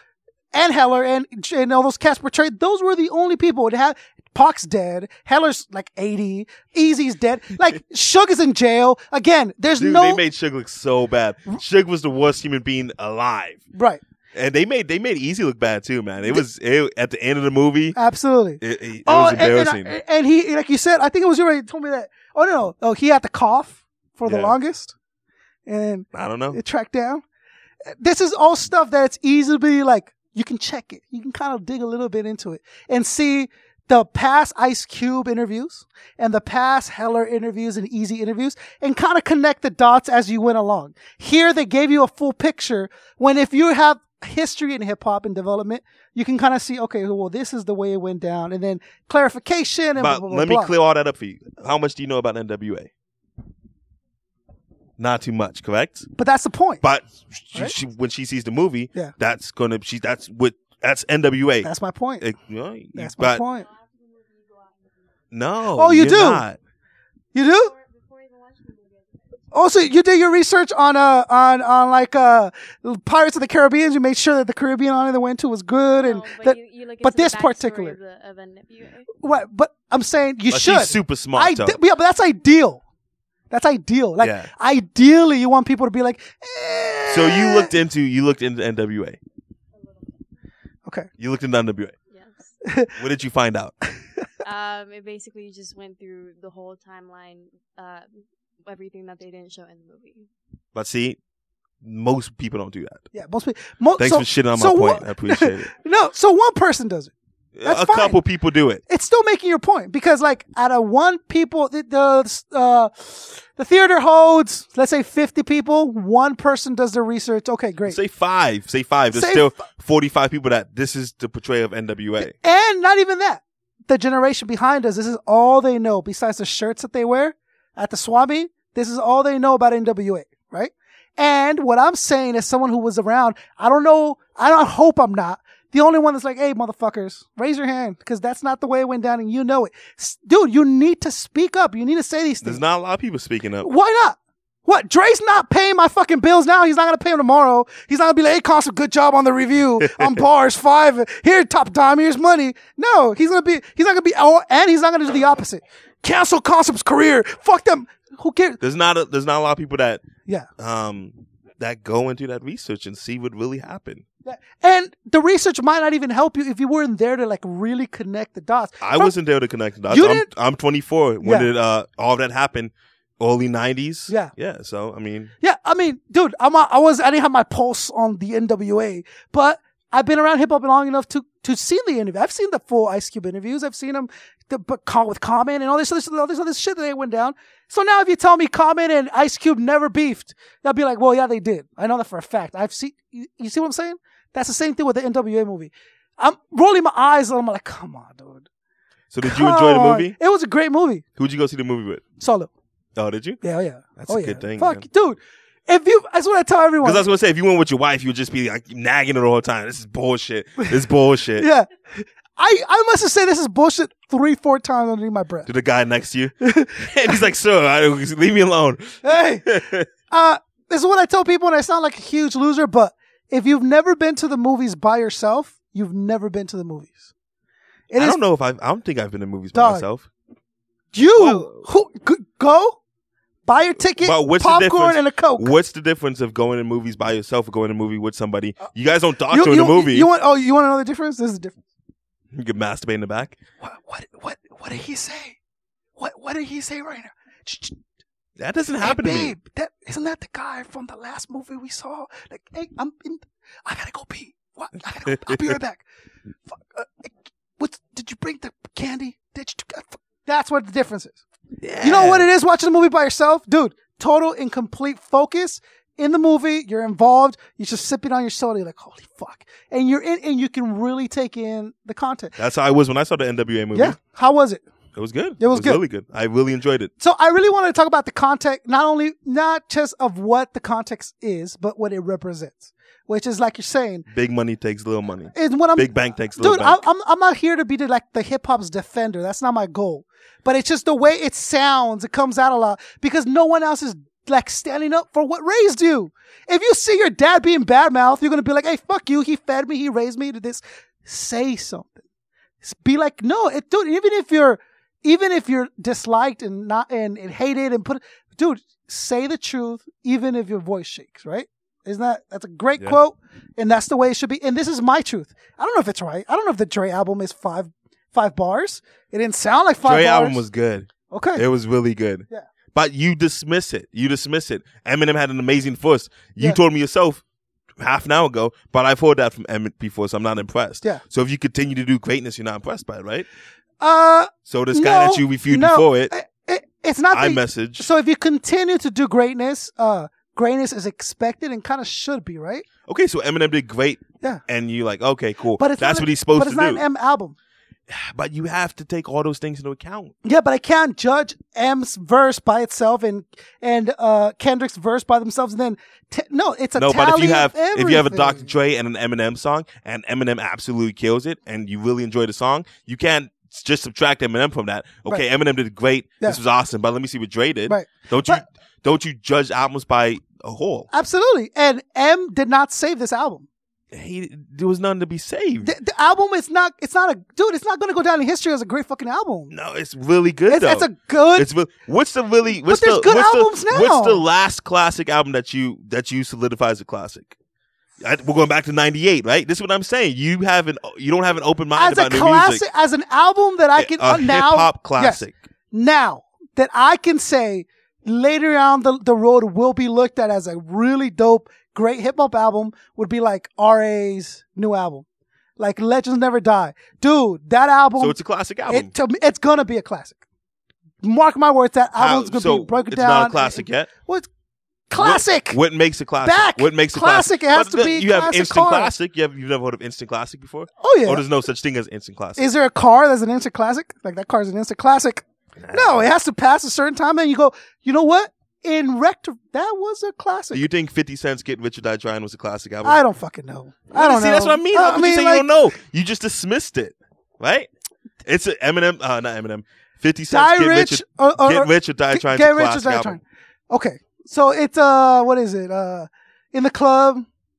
Speaker 2: and Heller and and all those cats portrayed. Those were the only people that had. Pac's dead. Heller's like eighty. Easy's dead. Like Suge is in jail again. There's
Speaker 3: Dude,
Speaker 2: no
Speaker 3: they made Suge look so bad. Suge was the worst human being alive,
Speaker 2: right.
Speaker 3: and they made they made Easy look bad too, man. It was it, at the end of the movie. It,
Speaker 2: Absolutely.
Speaker 3: it, it
Speaker 2: oh,
Speaker 3: was
Speaker 2: and- and,
Speaker 3: embarrassing.
Speaker 2: and, and he, like you said, I think it was you already told me that. Oh no, oh he had to cough for the
Speaker 3: Yeah.
Speaker 2: longest, and
Speaker 3: I don't know.
Speaker 2: it tracked down. This is all stuff that's easily like you can check it. You can kind of dig a little bit into it and see the past Ice Cube interviews and the past Heller interviews and Easy interviews and kind of connect the dots as you went along. Here they gave you a full picture when if you have history in hip hop and development, you can kind of see, okay, well, this is the way it went down and then clarification and blah,
Speaker 3: But
Speaker 2: blah, blah,
Speaker 3: let
Speaker 2: blah.
Speaker 3: me clear all that up for you. How much do you know about NWA? Not too much, correct?
Speaker 2: But that's the point.
Speaker 3: But she,
Speaker 2: Right.
Speaker 3: she, when she sees the movie,
Speaker 2: Yeah.
Speaker 3: that's gonna she that's with that's NWA.
Speaker 2: that's my point.
Speaker 3: It- you know, you-
Speaker 2: That's my
Speaker 3: but
Speaker 2: point.
Speaker 3: no,
Speaker 2: Oh, you
Speaker 3: you're
Speaker 2: do?
Speaker 3: not.
Speaker 2: You do? Also, you did your research on uh on on like uh Pirates of the Caribbean. You made sure that the Caribbean on the went to was good, and
Speaker 4: but,
Speaker 2: that
Speaker 4: you, you look
Speaker 2: but
Speaker 4: into the
Speaker 2: this
Speaker 4: backstory
Speaker 2: particular-
Speaker 4: of the- of NWA.
Speaker 2: what. But I'm saying you
Speaker 3: But
Speaker 2: should.
Speaker 3: She's super smart
Speaker 2: I
Speaker 3: though.
Speaker 2: yeah, but that's ideal. That's ideal. Like
Speaker 3: Yeah.
Speaker 2: ideally, you want people to be like. Eh.
Speaker 3: so you looked into you looked into NWA.
Speaker 2: Okay.
Speaker 3: You looked into NWA.
Speaker 4: Yes.
Speaker 3: What did you find out?
Speaker 4: um, it basically just went through the whole timeline, uh, everything that they didn't show in the movie.
Speaker 3: But see, most people don't do that.
Speaker 2: Yeah, most people. Mo-
Speaker 3: Thanks
Speaker 2: so,
Speaker 3: for shitting on
Speaker 2: so
Speaker 3: my point.
Speaker 2: one-
Speaker 3: I appreciate it.
Speaker 2: no, so one person does it. That's
Speaker 3: a
Speaker 2: fine.
Speaker 3: couple people do it.
Speaker 2: It's still making your point because, like, out of one people, the the, uh, the theater holds, let's say, fifty people. One person does their research. Okay, great.
Speaker 3: Say five. Say five. There's
Speaker 2: Say
Speaker 3: still 45 people that this is the portrayal of NWA.
Speaker 2: And not even that. The generation behind us, this is all they know besides the shirts that they wear at the Swami. This is all they know about NWA, right? And what I'm saying as someone who was around, I don't know, I don't I hope I'm not the only one that's like, hey, motherfuckers, raise your hand because that's not the way it went down and you know it. S- Dude, you need to speak up. You need to say these
Speaker 3: There's
Speaker 2: things.
Speaker 3: not a lot of people speaking up.
Speaker 2: Why not? What? Dre's not paying my fucking bills now. He's not gonna pay them tomorrow. He's not gonna be like, hey, Constant, good job on the review on bars five. Here, top dime, here's money. No, he's gonna be, he's not gonna be, oh, and he's not gonna do the opposite. Cancel Concept's career. Fuck them. Who cares?
Speaker 3: There's not a, there's not a lot of people that
Speaker 2: Yeah.
Speaker 3: um that go into that research and see what really happened.
Speaker 2: And the research might not even help you if you weren't there to like really connect the dots.
Speaker 3: I
Speaker 2: From-
Speaker 3: wasn't there to connect the dots.
Speaker 2: You
Speaker 3: I'm,
Speaker 2: didn't-
Speaker 3: I'm 24 when
Speaker 2: Yeah.
Speaker 3: did uh all that happened early 90s.
Speaker 2: Yeah.
Speaker 3: Yeah, so I mean
Speaker 2: Yeah, I mean, dude, I'm a, I was I didn't have my pulse on the NWA, but I've been around hip hop long enough to to see the interview. I've seen the full Ice Cube interviews. I've seen them the but call with Common and all this other all this other shit that they went down. So now if you tell me Common and Ice Cube never beefed, I'll be like, well, yeah, they did. I know that for a fact. I've seen. You, you see what I'm saying? That's the same thing with the NWA movie. I'm rolling my eyes and I'm like, come on, dude.
Speaker 3: so did you enjoy the
Speaker 2: Come on.
Speaker 3: movie?
Speaker 2: It was a great movie.
Speaker 3: Who'd you go see the movie with?
Speaker 2: Solo.
Speaker 3: Oh, did you?
Speaker 2: Yeah, oh yeah.
Speaker 3: That's
Speaker 2: oh,
Speaker 3: a
Speaker 2: yeah.
Speaker 3: good thing,
Speaker 2: Fuck,
Speaker 3: man.
Speaker 2: dude. If you, that's what I tell everyone.
Speaker 3: Because I was gonna say if you went with your wife, you would just be like nagging her all the time. This is bullshit. This is bullshit.
Speaker 2: yeah. I, I must have said this is bullshit three, four times underneath my breath.
Speaker 3: to the guy next to you, and he's like, "Sir, I, leave me alone."
Speaker 2: Hey, uh, this is what I tell people, and I sound like a huge loser, but if you've never been to the movies by yourself, you've never been to the movies. It
Speaker 3: I
Speaker 2: is
Speaker 3: don't know if I. I don't think I've been to movies by
Speaker 2: Dog.
Speaker 3: myself.
Speaker 2: you
Speaker 3: Well-
Speaker 2: who g- go buy your ticket,
Speaker 3: But what's the difference?
Speaker 2: popcorn, and a coke.
Speaker 3: What's the difference of going to movies by yourself or going to a movie with somebody? You guys don't talk
Speaker 2: Uh, you,
Speaker 3: to in
Speaker 2: you,
Speaker 3: a movie.
Speaker 2: You
Speaker 3: You,
Speaker 2: want? Oh, you want to know the difference? This is the difference.
Speaker 3: can masturbate in the back.
Speaker 2: What? What? What? What did he say? What? What did he say right now? Ch- ch-
Speaker 3: That doesn't
Speaker 2: Hey,
Speaker 3: happen to me.
Speaker 2: babe, that isn't that the guy from the last movie we saw? Like, hey, I'm in. I gotta go pee. What? I gotta go. I'll be right back. Fuck, uh, what? Did you bring the candy? Did you? uh, fuck. That's what the difference is. You know what it is? Watching a movie by yourself, dude. Total and complete focus in the movie. You're involved. You're just sipping on your soda. You're like, holy fuck, and you're in, and you can really take in the content.
Speaker 3: That's how I was when I saw the NWA movie.
Speaker 2: Yeah. How was it?
Speaker 3: It was good.
Speaker 2: It was good.
Speaker 3: really good. I really enjoyed it.
Speaker 2: So I really wanted to talk about the context, not only not just of what the context is, but what it represents, which is like you're saying
Speaker 3: Big money takes little money.
Speaker 2: is what I'm.
Speaker 3: Big bank takes little
Speaker 2: Dude, I,
Speaker 3: bank.
Speaker 2: I'm I'm not here to be the, like the hip hop's defender. That's not my goal. But it's just the way it sounds. It comes out a lot because no one else is like standing up for what raised you. If you see your dad being badmouth, you're gonna be like, "Hey, fuck you! He fed me. He raised me to this." Say something. S- Be like, "No, it, dude." Even if you're, even if you're disliked and not and, and hated and put, dude, say the truth. Even if your voice shakes, right? Isn't that that's a great
Speaker 3: Yeah.
Speaker 2: quote, and that's the way it should be. And this is my truth. I don't know if it's right. I don't know if the Dre album is five five bars. It didn't sound like five
Speaker 3: Dre
Speaker 2: bars.
Speaker 3: album was good.
Speaker 2: okay.
Speaker 3: It was really good.
Speaker 2: Yeah.
Speaker 3: But you dismiss it. You dismiss it. Eminem had an amazing force. You
Speaker 2: Yeah.
Speaker 3: told me yourself half an hour ago, but I've heard that from Eminem before, so I'm not impressed.
Speaker 2: Yeah.
Speaker 3: So if you continue to do greatness, you're not impressed by it, right?
Speaker 2: uh,
Speaker 3: So this guy
Speaker 2: No,
Speaker 3: that you reviewed
Speaker 2: no.
Speaker 3: before it,
Speaker 2: I- it, it's not.
Speaker 3: I
Speaker 2: that-
Speaker 3: message.
Speaker 2: So if you continue to do greatness, uh, greatness is expected and kind of should be right.
Speaker 3: okay, so Eminem did great.
Speaker 2: Yeah.
Speaker 3: And you like, okay, cool.
Speaker 2: But it's
Speaker 3: That's
Speaker 2: not
Speaker 3: what
Speaker 2: a-
Speaker 3: he's supposed
Speaker 2: but
Speaker 3: to
Speaker 2: it's not
Speaker 3: do.
Speaker 2: an M album.
Speaker 3: but you have to take all those things into account.
Speaker 2: Yeah, but I can't judge M's verse by itself and and uh, Kendrick's verse by themselves, and then t- no, it's a
Speaker 3: no,
Speaker 2: Tally
Speaker 3: but if you have
Speaker 2: of everything.
Speaker 3: if you have a Dr. Dre and an Eminem song, and Eminem absolutely kills it, and you really enjoy the song, you can't s- just subtract Eminem from that. Okay, Eminem did great. This
Speaker 2: Yeah.
Speaker 3: was awesome, but let me see what Dre did.
Speaker 2: Right.
Speaker 3: Don't you
Speaker 2: But-
Speaker 3: don't you judge albums by a whole?
Speaker 2: absolutely, and M did not save this album.
Speaker 3: He there was none to be saved.
Speaker 2: The, the album is not. It's not a dude. It's not going to go down in history as a great fucking album.
Speaker 3: no, it's really good.
Speaker 2: it's,
Speaker 3: though.
Speaker 2: it's a good.
Speaker 3: It's re- what's the really what's
Speaker 2: there's
Speaker 3: the
Speaker 2: good
Speaker 3: what's
Speaker 2: albums
Speaker 3: the,
Speaker 2: now.
Speaker 3: What's the last classic album that you that you solidify as a classic? I, we're going back to '98, right? This is what I'm saying. You have an you don't have an open mind
Speaker 2: as a
Speaker 3: about new
Speaker 2: classic,
Speaker 3: music.
Speaker 2: as an album that I can
Speaker 3: a
Speaker 2: uh,
Speaker 3: hip
Speaker 2: now
Speaker 3: hop
Speaker 2: Yes,
Speaker 3: classic.
Speaker 2: now that I can say later on the the road will be looked at as a really dope, great hip hop album would be like RA's new album, like Legends Never Die, dude. That album,
Speaker 3: So it's a classic album.
Speaker 2: it, to me, it's gonna be a classic. Mark my words, that
Speaker 3: How-
Speaker 2: album's gonna
Speaker 3: so
Speaker 2: be broken
Speaker 3: it's
Speaker 2: down.
Speaker 3: not a classic yet.
Speaker 2: What's classic?
Speaker 3: What makes a classic?
Speaker 2: Back.
Speaker 3: What makes a
Speaker 2: Classic,
Speaker 3: classic?
Speaker 2: it has
Speaker 3: But
Speaker 2: to
Speaker 3: the-
Speaker 2: be
Speaker 3: You have
Speaker 2: classic
Speaker 3: instant
Speaker 2: car.
Speaker 3: classic. You have you've never heard of instant classic before?
Speaker 2: oh yeah.
Speaker 3: Oh, there's no such thing as instant classic.
Speaker 2: is there a car that's an instant classic? Like that car is an instant classic. No, it has to pass a certain time, and you go, you know what? In rect, that was a classic.
Speaker 3: Do you think 50 Cent's "Get Rich or Die Trying" was a classic album?
Speaker 2: I don't fucking know. I don't
Speaker 3: See,
Speaker 2: know.
Speaker 3: that's what I mean.
Speaker 2: Uh,
Speaker 3: How could you say
Speaker 2: like,
Speaker 3: you don't know? You just dismissed it, right? It's an Eminem, uh, not Eminem. Fifty Cent.
Speaker 2: Die
Speaker 3: get
Speaker 2: rich,
Speaker 3: rich, or,
Speaker 2: or, or,
Speaker 3: get rich or die
Speaker 2: get-
Speaker 3: trying.
Speaker 2: get
Speaker 3: to
Speaker 2: rich or
Speaker 3: classic
Speaker 2: die
Speaker 3: album.
Speaker 2: trying. Okay, so it's uh, what is it? Uh, in the club,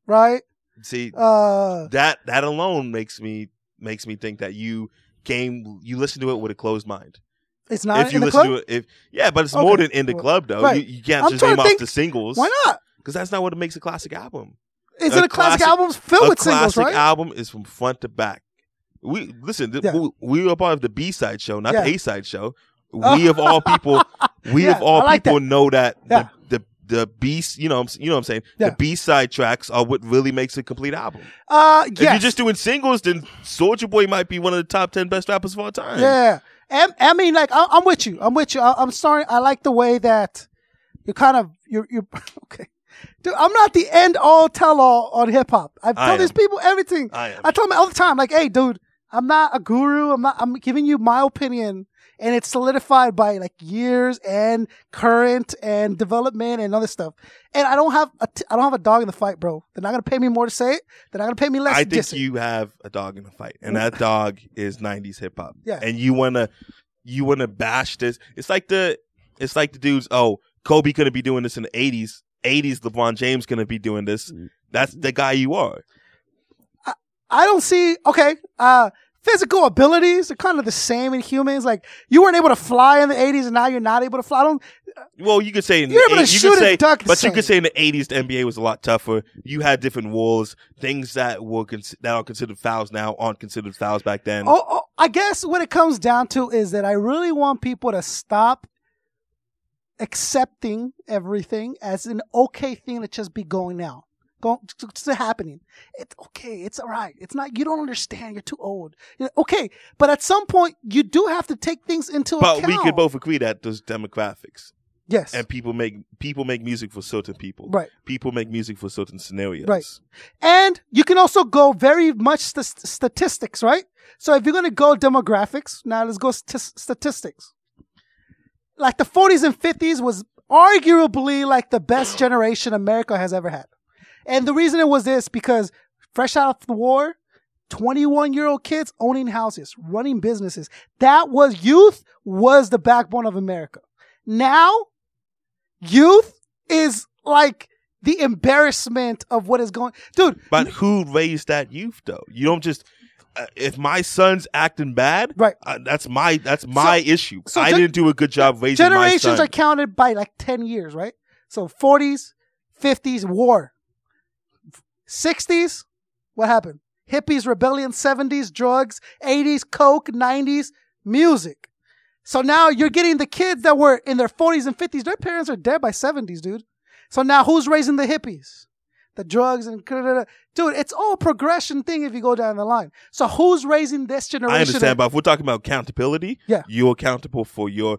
Speaker 2: right?
Speaker 3: See
Speaker 2: Uh,
Speaker 3: that that alone makes me makes me think that you came you listen to it with a closed mind.
Speaker 2: it's not
Speaker 3: if
Speaker 2: in
Speaker 3: you
Speaker 2: the
Speaker 3: listen
Speaker 2: club.
Speaker 3: to it, if yeah, but it's more
Speaker 2: Okay.
Speaker 3: than in the
Speaker 2: Well,
Speaker 3: club though.
Speaker 2: right.
Speaker 3: You, you can't
Speaker 2: I'm
Speaker 3: just
Speaker 2: trying
Speaker 3: name
Speaker 2: to
Speaker 3: off
Speaker 2: think-
Speaker 3: the singles.
Speaker 2: Why not?
Speaker 3: Because that's not what makes a classic album.
Speaker 2: Is
Speaker 3: A
Speaker 2: it a classic,
Speaker 3: classic-
Speaker 2: album's filled
Speaker 3: a
Speaker 2: with singles,
Speaker 3: classic
Speaker 2: right?
Speaker 3: album is from front to back. We listen. th-
Speaker 2: Yeah.
Speaker 3: we, we were part of the B side show, not
Speaker 2: Yeah.
Speaker 3: the A side show.
Speaker 2: Oh.
Speaker 3: We of all people, we
Speaker 2: Yeah,
Speaker 3: of all
Speaker 2: I like
Speaker 3: people know that
Speaker 2: Yeah.
Speaker 3: the the, the B, you know, what I'm- you know what I'm saying.
Speaker 2: Yeah.
Speaker 3: The B side tracks are what really makes a complete album.
Speaker 2: Uh,
Speaker 3: If
Speaker 2: yes.
Speaker 3: you're just doing singles, then Soldier Boy might be one of the top ten best rappers of all time.
Speaker 2: Yeah, and I mean, like, I, I'm with you. I'm with you. I, I'm sorry. I like the way that you're kind of you're you're okay. Dude, I'm not the end all tell all on hip hop. I
Speaker 3: I
Speaker 2: tell these
Speaker 3: am.
Speaker 2: people everything.
Speaker 3: I am.
Speaker 2: I tell them all the time, like, hey, dude, I'm not a guru. I'm not. I'm giving you my opinion, and it's solidified by like years and current and development and other stuff. And I don't have a t- I don't have a dog in the fight, bro. They're not gonna pay me more to say it. They're not gonna pay me less.
Speaker 3: I
Speaker 2: to
Speaker 3: think
Speaker 2: diss it.
Speaker 3: you have a dog in the fight, and that dog is '90s hip hop.
Speaker 2: Yeah.
Speaker 3: and you wanna you wanna bash this. It's like the it's like the dudes. Oh, Kobe couldn't be doing this in the '80s. '80s LeBron James gonna be doing this. That's the guy you are.
Speaker 2: I don't see okay, uh physical abilities are kind of the same in humans. Like you weren't able to fly in the eighties and now you're not able to fly. I don't
Speaker 3: Well, you could say in
Speaker 2: You're
Speaker 3: the
Speaker 2: able to
Speaker 3: eight- you
Speaker 2: shoot
Speaker 3: could
Speaker 2: a
Speaker 3: say,
Speaker 2: duck the
Speaker 3: but you could
Speaker 2: same.
Speaker 3: say in the '80s the NBA was a lot tougher. You had different rules, things that were cons- that are considered fouls now aren't considered fouls back then.
Speaker 2: oh, oh, I guess what it comes down to is that I really want people to stop accepting everything as an okay thing to just be going now. Go, it's it's happening. It's okay. It's all right. It's not. You don't understand. You're too old. You know, okay, but at some point you do have to take things into
Speaker 3: but
Speaker 2: account.
Speaker 3: we could both agree that there's demographics,
Speaker 2: yes.
Speaker 3: and people make people make music for certain people.
Speaker 2: Right.
Speaker 3: People make music for certain scenarios.
Speaker 2: Right. And you can also go very much st- statistics, right? So if you're going to go demographics, now let's go st- statistics. Like the 40s and 50s was arguably like the best generation America has ever had. And the reason it was this because fresh out of the war, 21 year old kids owning houses, running businesses. That was youth was the backbone of America. Now youth is like the embarrassment of what is going dude
Speaker 3: But who raised that youth though? You don't just uh, if my son's acting bad,
Speaker 2: Right.
Speaker 3: Uh, that's my that's my issue.
Speaker 2: so
Speaker 3: I
Speaker 2: gen-
Speaker 3: didn't do a good job raising my
Speaker 2: generations
Speaker 3: son.
Speaker 2: are counted by like 10 years right so 40s 50s war 60s what happened hippies rebellion 70s drugs 80s coke 90s music so now you're getting the kids that were in their 40s and 50s their parents are dead by 70s dude so now who's raising the hippies the drugs and dude it's all progression thing if you go down the line so who's raising this generation
Speaker 3: I understand,
Speaker 2: of-
Speaker 3: but if we're talking about accountability,
Speaker 2: Yeah.
Speaker 3: you're accountable for your.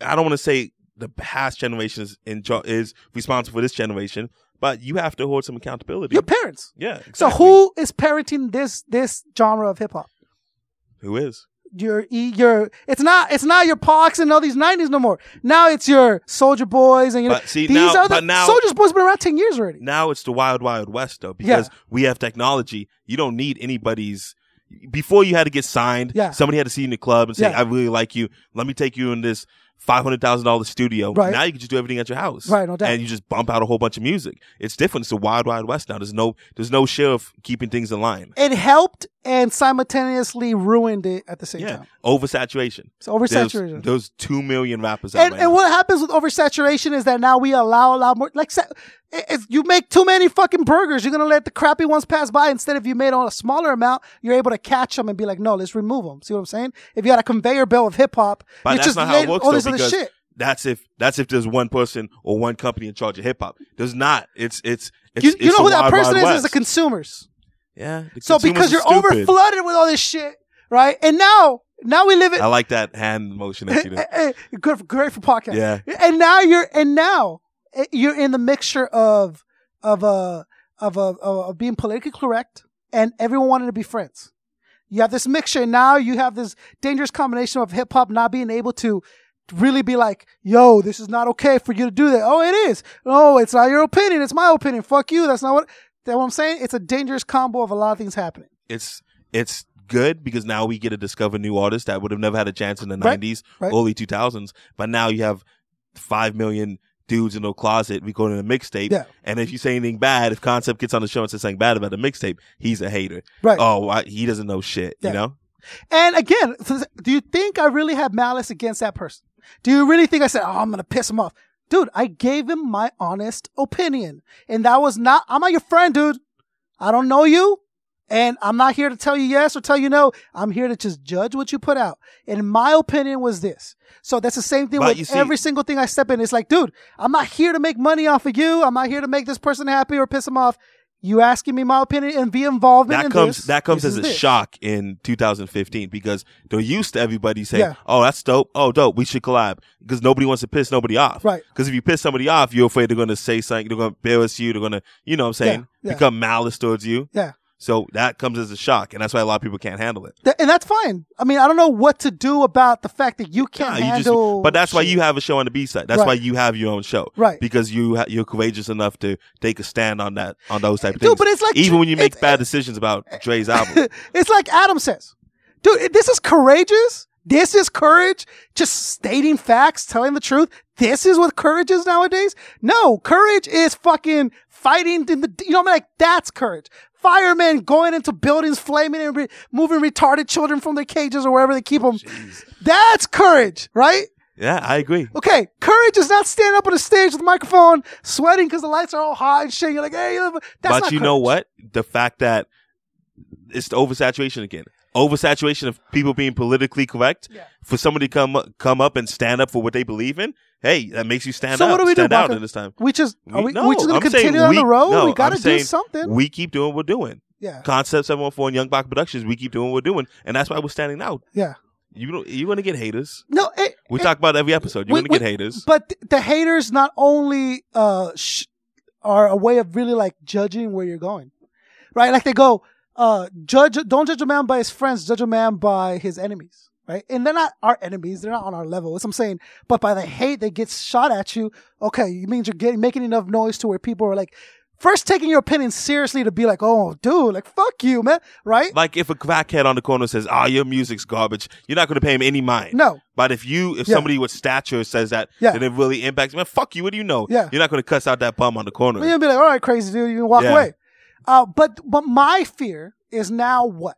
Speaker 3: I don't want to say the past generations in jo- is responsible for this generation, but you have to hold some accountability.
Speaker 2: your parents
Speaker 3: Yeah.
Speaker 2: So
Speaker 3: exactly.
Speaker 2: who is parenting this this genre of hip hop?
Speaker 3: who is?
Speaker 2: Your E- your it's not it's not your Pox and all these nineties no more. Now it's your Soldier Boys and you know
Speaker 3: But see,
Speaker 2: these
Speaker 3: now-
Speaker 2: are the
Speaker 3: but now-
Speaker 2: Soldier Boys been around ten years already.
Speaker 3: Now it's the wild, wild west though, because we have technology. You don't need anybody's. Before you had to get signed,
Speaker 2: Yeah.
Speaker 3: somebody had to see you in the club and say,
Speaker 2: Yeah.
Speaker 3: "I really like you. Let me take you in this five hundred thousand dollars studio."
Speaker 2: Right.
Speaker 3: Now you can just do everything at your house,
Speaker 2: Right, no doubt.
Speaker 3: And you just bump out a whole bunch of music. It's different. It's the wild, wild west now. There's no, there's no sheriff keeping things in line.
Speaker 2: It helped and simultaneously ruined it at the same
Speaker 3: Yeah,
Speaker 2: time.
Speaker 3: oversaturation.
Speaker 2: It's oversaturation.
Speaker 3: There's, there's two million rappers out
Speaker 2: and,
Speaker 3: right
Speaker 2: and
Speaker 3: now.
Speaker 2: what happens with oversaturation is that now we allow a lot more. Like, sa- i- if you make too many fucking burgers, you're gonna let the crappy ones pass by. Instead, if you made on a smaller amount, you're able to catch them and be like, no, let's remove them. See what I'm saying? If you had a conveyor belt of hip hop,
Speaker 3: But
Speaker 2: you
Speaker 3: that's
Speaker 2: just
Speaker 3: not how
Speaker 2: let
Speaker 3: it works
Speaker 2: all
Speaker 3: though,
Speaker 2: this other
Speaker 3: because
Speaker 2: shit.
Speaker 3: that's if that's if there's one person or one company in charge of hip hop. There's not. It's it's it's
Speaker 2: You, you
Speaker 3: it's
Speaker 2: know who
Speaker 3: the
Speaker 2: that
Speaker 3: wild,
Speaker 2: person
Speaker 3: wild
Speaker 2: is?
Speaker 3: West.
Speaker 2: Is the consumers.
Speaker 3: yeah. the
Speaker 2: So
Speaker 3: consumers
Speaker 2: because
Speaker 3: are
Speaker 2: you're
Speaker 3: stupid.
Speaker 2: over flooded with all this shit, right? And now, now we live in
Speaker 3: I like that hand motion that you did.
Speaker 2: Eh, eh, good, for- great for podcast.
Speaker 3: Yeah.
Speaker 2: And now you're, and now eh, you're in the mixture of, of uh, of uh, of, of being politically correct and everyone wanting to be friends. You have this mixture, and now you have this dangerous combination of hip hop not being able to really be like, yo, this is not okay for you to do that. Oh, it is. No, it's not your opinion. It's my opinion. Fuck you. That's not what. That what I'm saying. It's a dangerous combo of a lot of things happening.
Speaker 3: It's it's good because now we get to discover new artists that would have never had a chance in the
Speaker 2: Right,
Speaker 3: 90s,
Speaker 2: right.
Speaker 3: early 2000s. But now you have five million dudes in the closet recording a mixtape.
Speaker 2: Yeah.
Speaker 3: And if you say anything bad, if Concept gets on the show and says something bad about the mixtape, he's a hater.
Speaker 2: Right.
Speaker 3: Oh, I, he doesn't know shit.
Speaker 2: Yeah.
Speaker 3: You know.
Speaker 2: And again, so- do you think I really have malice against that person? Do you really think I said, "Oh, I'm gonna piss him off"? Dude, I gave him my honest opinion, and that was not. I'm not your friend, dude. I don't know you, and I'm not here to tell you yes or tell you no. I'm here to just judge what you put out. And my opinion was this. So that's the same thing
Speaker 3: But you
Speaker 2: with
Speaker 3: see-
Speaker 2: every single thing I step in. It's like, dude, I'm not here to make money off of you. I'm not here to make this person happy or piss him off. You asking me my opinion and be involved in
Speaker 3: that comes
Speaker 2: this,
Speaker 3: that comes
Speaker 2: this
Speaker 3: as a
Speaker 2: is this.
Speaker 3: shock in 2015 because they're used to everybody saying,
Speaker 2: Yeah.
Speaker 3: "Oh, that's dope. Oh, dope. We should collab." Because nobody wants to piss nobody off.
Speaker 2: Right.
Speaker 3: Because if you piss somebody off, you're afraid they're going to say something. They're going to embarrass you. They're going to, you know, what I'm saying,
Speaker 2: Yeah, yeah.
Speaker 3: become malice towards you.
Speaker 2: Yeah.
Speaker 3: So that comes as a shock, and that's why a lot of people can't handle it.
Speaker 2: Th- and that's fine. I mean, I don't know what to do about the fact that you can't
Speaker 3: Yeah, you just-
Speaker 2: handle.
Speaker 3: but that's why
Speaker 2: shit.
Speaker 3: you have a show on the B side. That's
Speaker 2: Right.
Speaker 3: why you have your own show,
Speaker 2: Right.
Speaker 3: Because you ha- you're courageous enough to take a stand on that on those type of
Speaker 2: Dude,
Speaker 3: things.
Speaker 2: but it's like-
Speaker 3: even when you make
Speaker 2: it's-
Speaker 3: bad decisions about Dre's album,
Speaker 2: it's like Adam says, dude, it- this is courageous. This is courage. Just stating facts, telling the truth. This is what courage is nowadays. No, courage is fucking fighting in the, you know, I'm like, that's courage. Firemen going into buildings, flaming and re- moving retarded children from their cages or wherever they keep them. That's courage, right?
Speaker 3: yeah, I agree.
Speaker 2: Okay, courage is not standing up on the stage with a microphone, sweating because the lights are all hot and shit. You're like, hey, that's
Speaker 3: but
Speaker 2: not
Speaker 3: you know
Speaker 2: courage.
Speaker 3: what? The fact that it's the oversaturation again. Oversaturation of people being politically correct.
Speaker 2: Yeah.
Speaker 3: For somebody to come come up and stand up for what they believe in, hey, that makes you stand
Speaker 2: So
Speaker 3: out.
Speaker 2: what do we do,
Speaker 3: stand out
Speaker 2: Baka?
Speaker 3: in this time.
Speaker 2: We just are
Speaker 3: We-
Speaker 2: we,
Speaker 3: no,
Speaker 2: we just gonna
Speaker 3: I'm saying
Speaker 2: continue on
Speaker 3: we-
Speaker 2: the road.
Speaker 3: no,
Speaker 2: we gotta
Speaker 3: I'm
Speaker 2: do
Speaker 3: saying
Speaker 2: something.
Speaker 3: We keep doing what we're doing.
Speaker 2: yeah,
Speaker 3: Concept 714 Young Bach Productions, we keep doing what we're doing. And that's why we're standing out.
Speaker 2: yeah.
Speaker 3: You don't, you're gonna get haters.
Speaker 2: No, it,
Speaker 3: We
Speaker 2: it-
Speaker 3: talk about every episode. You're
Speaker 2: we-
Speaker 3: gonna get
Speaker 2: we-
Speaker 3: haters.
Speaker 2: But th- the haters not only uh sh- are a way of really like judging where you're going, right? Like they go, uh, judge. Don't judge a man by his friends. Judge a man by his enemies, right? And they're not our enemies. They're not on our level. That's what I'm saying. But by the hate that gets shot at you, okay, it means you're getting making enough noise to where people are like. First, taking your opinion seriously to be like, "Oh, dude, like fuck you, man," right?
Speaker 3: Like if a crackhead on the corner says, "Ah, your music's garbage," you're not gonna pay him any mind.
Speaker 2: No,
Speaker 3: But if you, if
Speaker 2: Yeah.
Speaker 3: somebody with stature says that,
Speaker 2: Yeah.
Speaker 3: then it really impacts. Man, fuck you. What do you know?
Speaker 2: Yeah.
Speaker 3: You're not going to cuss out that bum on the corner.
Speaker 2: You're gonna be like, all right, crazy dude, you can walk
Speaker 3: Yeah.
Speaker 2: away. Uh, but but my fear is now what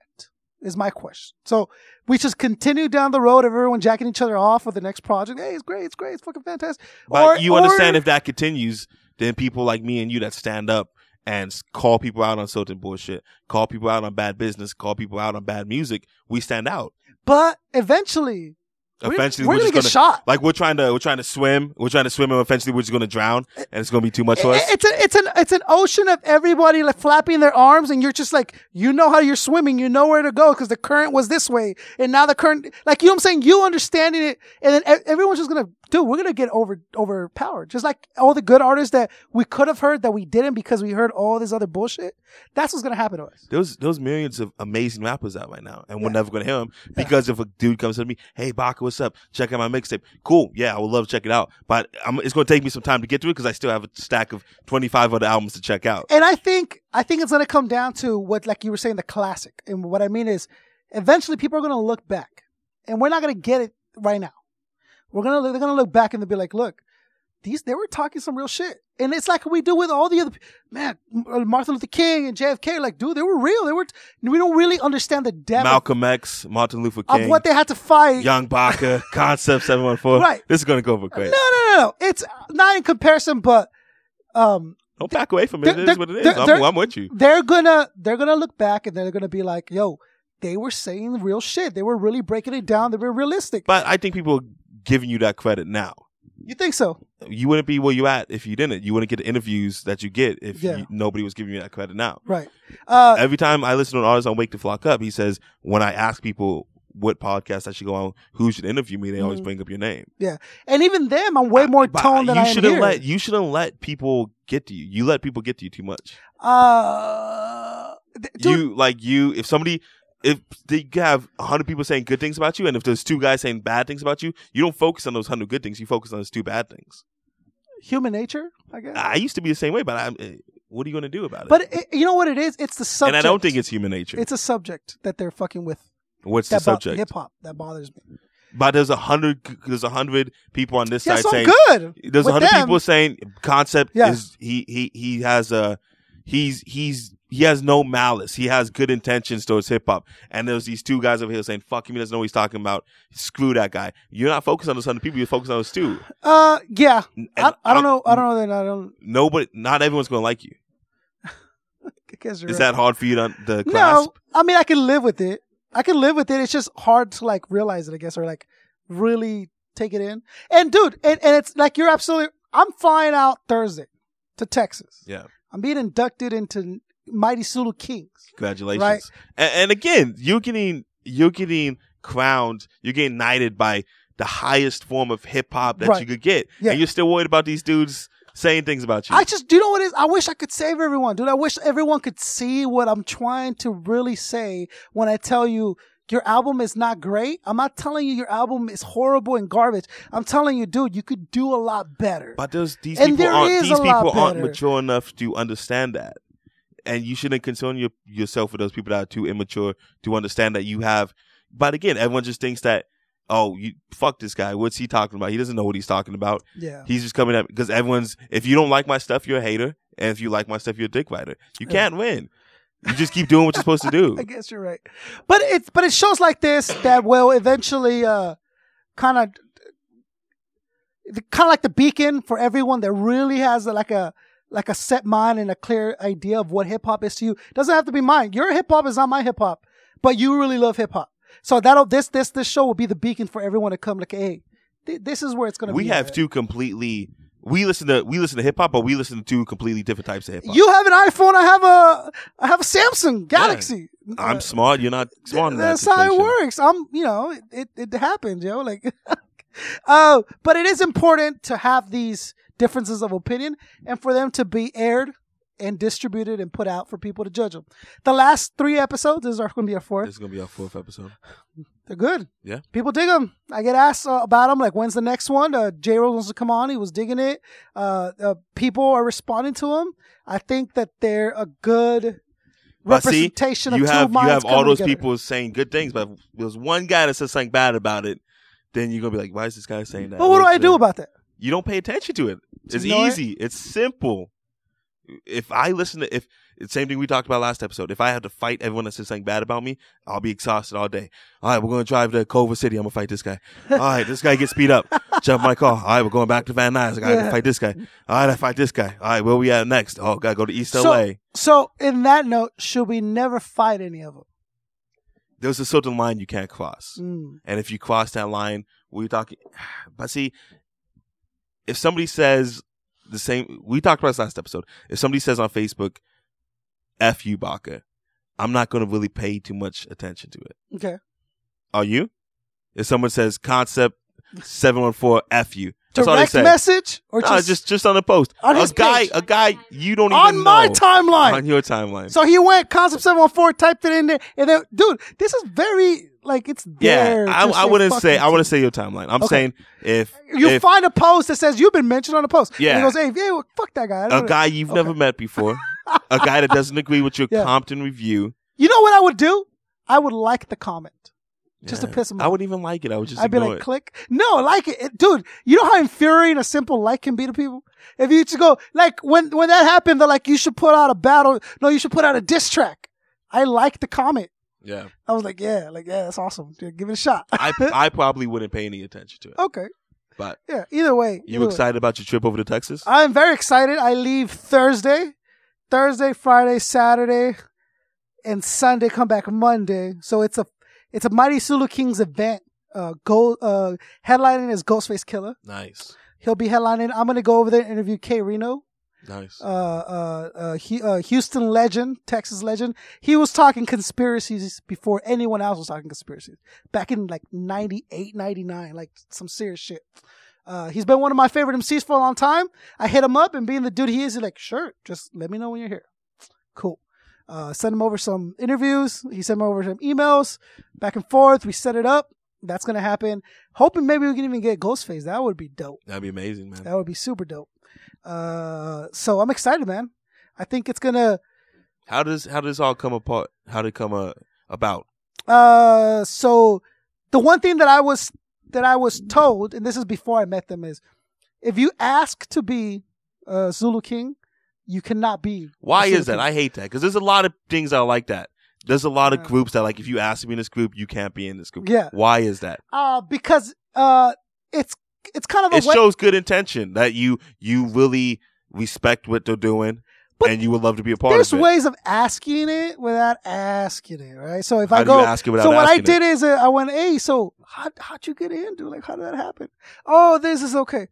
Speaker 2: is my question. So we just continue down the road of everyone jacking each other off with the next project. Hey, it's great, it's great, it's fucking fantastic.
Speaker 3: But
Speaker 2: Or-
Speaker 3: you
Speaker 2: or-
Speaker 3: understand if that continues, then people like me and you that stand up and s- call people out on certain bullshit, call people out on bad business, call people out on bad music, we stand out.
Speaker 2: But eventually, we're-
Speaker 3: Eventually,
Speaker 2: we're,
Speaker 3: we're,
Speaker 2: gonna get
Speaker 3: just going to.
Speaker 2: shot.
Speaker 3: Like we're trying to, we're trying to swim. We're trying to swim, and eventually we're just going to drown,
Speaker 2: Eh,
Speaker 3: and it's going to be too much for
Speaker 2: It-
Speaker 3: us.
Speaker 2: It's a, it's an it's an ocean of everybody like flapping their arms, and you're just like you know how you're swimming, you know where to go because the current was this way, and now the current like you know what I'm saying. You understanding it, and then e- everyone's just gonna dude, we're gonna get over overpowered. Just like all the good artists that we could have heard that we didn't because we heard all this other bullshit. That's what's gonna happen to us.
Speaker 3: There's those millions of amazing rappers out right now, and we're never gonna hear them because if a dude comes to me, hey Baka, what's up? Check out my mixtape. Cool, yeah, I would love to check it out, but i it's gonna take me some time to get through it because I still have a stack of 25 other albums to check out.
Speaker 2: And I think I think it's gonna come down to what like you were saying the classic, and what I mean is, eventually people are gonna look back, and we're not gonna get it right now. We're gonna they're gonna look back and they'll be like, look, these they were talking some real shit, and it's like we do with all the other pe- man, M- uh, Martin Luther King and JFK, like dude, they were real. They were. T- we don't really understand the depth of-
Speaker 3: Malcolm X, Martin Luther
Speaker 2: of,
Speaker 3: King,
Speaker 2: what they had to fight.
Speaker 3: Young Baka, Concept 714.
Speaker 2: Right.
Speaker 3: This is gonna go over
Speaker 2: no,
Speaker 3: great.
Speaker 2: no, no, no. It's uh, not in comparison, but um,
Speaker 3: Don't back away from it.
Speaker 2: They're-
Speaker 3: It is what it is.
Speaker 2: they're-
Speaker 3: I'm,
Speaker 2: they're-
Speaker 3: I'm with you.
Speaker 2: they're gonna they're gonna look back and they're gonna be like, yo, they were saying real shit. They were really breaking it down. They were realistic.
Speaker 3: But I think people are giving you that credit now.
Speaker 2: you think so?
Speaker 3: You wouldn't be where you at if you didn't. You wouldn't get the interviews that you get if
Speaker 2: Yeah.
Speaker 3: you, nobody was giving you that credit now.
Speaker 2: Right. Uh,
Speaker 3: every time I listen to an artist on Wake the Flock Up, he says, when I ask people what podcast I should go on, who should interview me, they always
Speaker 2: Mhm.
Speaker 3: bring up your name.
Speaker 2: and even them, I'm way more
Speaker 3: But
Speaker 2: toned than
Speaker 3: you
Speaker 2: I am
Speaker 3: shouldn't
Speaker 2: here.
Speaker 3: let you shouldn't let people get to you. You let people get to you too much.
Speaker 2: uh, th- dude,
Speaker 3: You like you if somebody if they have hundred people saying good things about you, and if there's two guys saying bad things about you, you don't focus on those hundred good things. You focus on those two bad things.
Speaker 2: human nature, I guess.
Speaker 3: I used to be the same way, but I'm, eh, what are you going to do about it?
Speaker 2: but it, you know what it is? It's the subject.
Speaker 3: and I don't think it's human nature.
Speaker 2: it's a subject that they're fucking with.
Speaker 3: What's the
Speaker 2: That bo-
Speaker 3: subject?
Speaker 2: hip hop that bothers me.
Speaker 3: but there's a hundred there's a hundred people on this
Speaker 2: Yeah,
Speaker 3: side
Speaker 2: so
Speaker 3: saying
Speaker 2: good.
Speaker 3: There's a
Speaker 2: With
Speaker 3: hundred
Speaker 2: them-
Speaker 3: people saying concept
Speaker 2: Yeah.
Speaker 3: is he he he has a he's he's he has no malice. He has good intentions towards hip hop. And there's these two guys over here saying, "Fuck him, he doesn't know what he's talking about. Screw that guy." You're not focused on those hundred people. You're focused on those two.
Speaker 2: Uh, yeah.
Speaker 3: And
Speaker 2: I, I don't know. I don't know that. I don't.
Speaker 3: Nobody, not everyone's gonna like you.
Speaker 2: I guess you're
Speaker 3: Is
Speaker 2: right.
Speaker 3: that hard for you to, to grasp?
Speaker 2: No, I mean I can live with it. I can live with it. It's just hard to like realize it, I guess, or like really take it in. And dude, and, and it's like you're absolutely. I'm flying out Thursday to Texas.
Speaker 3: Yeah.
Speaker 2: I'm being inducted into Mighty Sulu Kings.
Speaker 3: Congratulations.
Speaker 2: Right.
Speaker 3: A- And, again, you're getting you're getting crowned. You're getting knighted by the highest form of hip hop that
Speaker 2: Right.
Speaker 3: you could get,
Speaker 2: Yeah.
Speaker 3: and you're still worried about these dudes saying things about you.
Speaker 2: I just, do you know what it is? I wish I could save everyone, dude. I wish everyone could see what I'm trying to really say when I tell you your album is not great. I'm not telling you your album is horrible and garbage. I'm telling you, dude, you could do a lot better.
Speaker 3: but those these
Speaker 2: And
Speaker 3: people
Speaker 2: there
Speaker 3: aren't
Speaker 2: is
Speaker 3: these
Speaker 2: a lot
Speaker 3: people aren't
Speaker 2: better.
Speaker 3: mature enough to understand that, and you shouldn't concern your, yourself with those people that are too immature to understand that you have. But again, everyone just thinks that oh, you fuck this guy. What's he talking about? He doesn't know what he's talking about.
Speaker 2: yeah.
Speaker 3: He's just coming at because everyone's. If you don't like my stuff, you're a hater, and if you like my stuff, you're a dick rider. You
Speaker 2: Yeah.
Speaker 3: can't win. You just keep doing what you're supposed to do.
Speaker 2: I guess you're right. But it's but it shows like this that will eventually uh kind of kind of like the beacon for everyone that really has a, like a like a set mind and a clear idea of what hip hop is to you. Doesn't have to be mine. Your hip hop is not my hip hop, but you really love hip hop. So that'll this this this show will be the beacon for everyone to come like, hey, th- this is where it's gonna
Speaker 3: we
Speaker 2: be.
Speaker 3: have
Speaker 2: at.
Speaker 3: two completely. We listen to we listen to hip hop, but we listen to two completely different types of hip hop.
Speaker 2: You have an iPhone. I have a I have a Samsung Galaxy.
Speaker 3: I'm
Speaker 2: Uh,
Speaker 3: smart. You're not smart. in that
Speaker 2: that's how it
Speaker 3: situation.
Speaker 2: works. I'm, you know, it, it, it happens, yo. Like, uh, but it is important to have these differences of opinion and for them to be aired and distributed and put out for people to judge them. The last three episodes is going to be a
Speaker 3: This
Speaker 2: fourth.
Speaker 3: is gonna be our fourth episode.
Speaker 2: They're good.
Speaker 3: Yeah.
Speaker 2: People dig them. I get asked uh, about them, like, when's the next one? Uh, J Rose wants to come on. He was digging it. Uh, uh, people are responding to him. I think that they're a good
Speaker 3: But see,
Speaker 2: representation
Speaker 3: you
Speaker 2: of
Speaker 3: have
Speaker 2: two
Speaker 3: you
Speaker 2: minds.
Speaker 3: have all
Speaker 2: coming
Speaker 3: those
Speaker 2: together.
Speaker 3: people saying good things, but if there's one guy that says something bad about it. Then you're gonna be like, why is this guy saying that?
Speaker 2: But what do
Speaker 3: What's
Speaker 2: I do
Speaker 3: the-
Speaker 2: about that?
Speaker 3: You don't pay attention to it. It's
Speaker 2: Ignore it.
Speaker 3: easy. It's simple. If I listen to if it's same thing we talked about last episode. If I have to fight everyone that says something bad about me, I'll be exhausted all day. All right, we're gonna drive to Culver City. I'm gonna fight this guy. All right, this guy gets beat up. Jump my car. All right, we're going back to Van Nuys. I gotta
Speaker 2: Yeah.
Speaker 3: fight this guy. All right, I fight this guy. All right, where we at next? Oh, gotta go to East LA.
Speaker 2: So, in that note, should we never fight any of them?
Speaker 3: There's a certain line you can't cross.
Speaker 2: Mm.
Speaker 3: And if you cross that line, we talking. But see, if somebody says the same, we talked about this last episode. If somebody says on Facebook, "F you, Baka," I'm not going to really pay too much attention to it.
Speaker 2: Okay.
Speaker 3: Are you? If someone says "Concept seven one four F you," that's all they
Speaker 2: Direct
Speaker 3: say.
Speaker 2: message or
Speaker 3: No,
Speaker 2: just,
Speaker 3: just just on a post.
Speaker 2: On
Speaker 3: a
Speaker 2: his
Speaker 3: guy,
Speaker 2: page.
Speaker 3: a guy you don't
Speaker 2: on
Speaker 3: even
Speaker 2: my
Speaker 3: know.
Speaker 2: timeline?
Speaker 3: on your timeline.
Speaker 2: so he went concept seven one four, typed it in there, and then, dude, this is very like it's
Speaker 3: yeah,
Speaker 2: there.
Speaker 3: I,
Speaker 2: to
Speaker 3: I wouldn't
Speaker 2: fuck
Speaker 3: say
Speaker 2: you.
Speaker 3: I wouldn't say your timeline. I'm
Speaker 2: Okay.
Speaker 3: saying if
Speaker 2: You
Speaker 3: if,
Speaker 2: find a post that says you've been mentioned on a post.
Speaker 3: Yeah.
Speaker 2: and he goes, "Hey, yeah, well, fuck that guy." I
Speaker 3: a
Speaker 2: don't know.
Speaker 3: guy you've never met before, a guy that doesn't agree with your
Speaker 2: Yeah.
Speaker 3: Compton review.
Speaker 2: You know what I would do? I would like the comment just to
Speaker 3: Yeah.
Speaker 2: piss him off.
Speaker 3: I wouldn't even like it. I would just
Speaker 2: I'd be
Speaker 3: ignore
Speaker 2: like,
Speaker 3: it.
Speaker 2: click. No, like it. It- dude. You know how infuriating a simple like can be to people. If you just go like when when that happened, they're like, you should put out a battle. No, you should put out a diss track. I like the comment.
Speaker 3: yeah,
Speaker 2: I was like, yeah, like yeah, that's awesome. Dude, give it a shot.
Speaker 3: I I probably wouldn't pay any attention to it.
Speaker 2: okay.
Speaker 3: But
Speaker 2: Yeah. Either way.
Speaker 3: you
Speaker 2: either way.
Speaker 3: excited about your trip over to Texas?
Speaker 2: I'm very excited. I leave Thursday, Thursday, Friday, Saturday, and Sunday. Come back Monday. So it's a it's a Mighty Sulu Kings event. Uh, go uh, headlining is Ghostface Killer.
Speaker 3: nice,
Speaker 2: He'll be headlining. I'm gonna go over there and interview K Reno,
Speaker 3: nice.
Speaker 2: uh, uh, uh, Hu- uh, Houston legend, Texas legend. He was talking conspiracies before anyone else was talking conspiracies. Back in like 98, 99, like some serious shit. Uh, he's been one of my favorite MCs for a long time. I hit him up and being the dude he is, he's like, sure, just let me know when you're here. Cool. Uh, send him over some interviews. He sent me over some emails, back and forth. We set it up. That's gonna happen. Hoping maybe we can even get Ghostface. That would be dope.
Speaker 3: That'd be amazing, man.
Speaker 2: That would be super dope. Uh, so I'm excited, man. I think it's gonna.
Speaker 3: How does how does this all come apart? How did it come uh, about?
Speaker 2: Uh, so the one thing that I was that I was told, and this is before I met them, is if you ask to be uh, Zulu King, you cannot be. a
Speaker 3: Why
Speaker 2: Zulu
Speaker 3: is that?
Speaker 2: King.
Speaker 3: I hate that because there's a lot of things that are like that. There's a lot of
Speaker 2: Yeah.
Speaker 3: groups that like if you ask to be in this group, you can't be in this group.
Speaker 2: Yeah.
Speaker 3: Why is that?
Speaker 2: uh, because uh, it's it's kind of a
Speaker 3: it
Speaker 2: way-
Speaker 3: shows good intention that you you really respect what they're doing
Speaker 2: But
Speaker 3: and you would love to be a part
Speaker 2: there's
Speaker 3: of it.
Speaker 2: ways of asking it without asking it, right? So if
Speaker 3: How
Speaker 2: I
Speaker 3: do
Speaker 2: go,
Speaker 3: you ask it without
Speaker 2: so what I
Speaker 3: asking
Speaker 2: did is uh, I went, hey, so how how'd you get in, dude? Like, how did that happen? Oh, this is okay.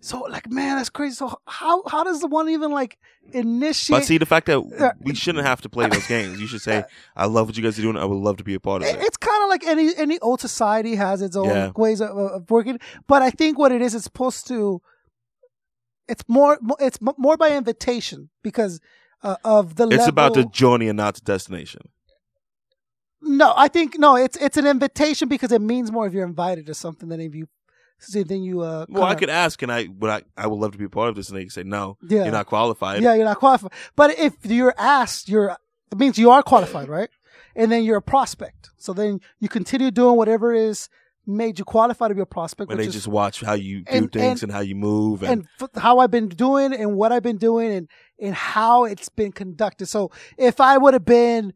Speaker 2: So like, man, that's crazy. So how how does the one even like initiate?
Speaker 3: But see, the fact
Speaker 2: Yeah.
Speaker 3: that we shouldn't have to play those games, you should say, "I love what you guys are doing. I would love to be a part of
Speaker 2: It-
Speaker 3: it."
Speaker 2: it's kind of like any any old society has its own
Speaker 3: Yeah.
Speaker 2: ways of, of working, but I think what it is, it's supposed to It's more, mo- it's mo- more by invitation because uh, of the.
Speaker 3: It's about the
Speaker 2: level-
Speaker 3: journey and not the destination.
Speaker 2: No, I think no. It's it's an invitation because it means more if you're invited to something than if you, than you. Uh,
Speaker 3: Well, I
Speaker 2: kinda-
Speaker 3: could ask, and I would I, I would love to be a part of this, and they could say no,
Speaker 2: Yeah.
Speaker 3: you're not qualified.
Speaker 2: Yeah, you're not qualified. But if you're asked, you're it means you are qualified, right? And then you're a prospect. So then you continue doing whatever is made you qualified to be a prospect.
Speaker 3: And
Speaker 2: which
Speaker 3: they
Speaker 2: is,
Speaker 3: just watch how you do
Speaker 2: and-
Speaker 3: things
Speaker 2: and-
Speaker 3: and how you move, and,
Speaker 2: and f- how I've been doing and what I've been doing and and how it's been conducted. So if I would have been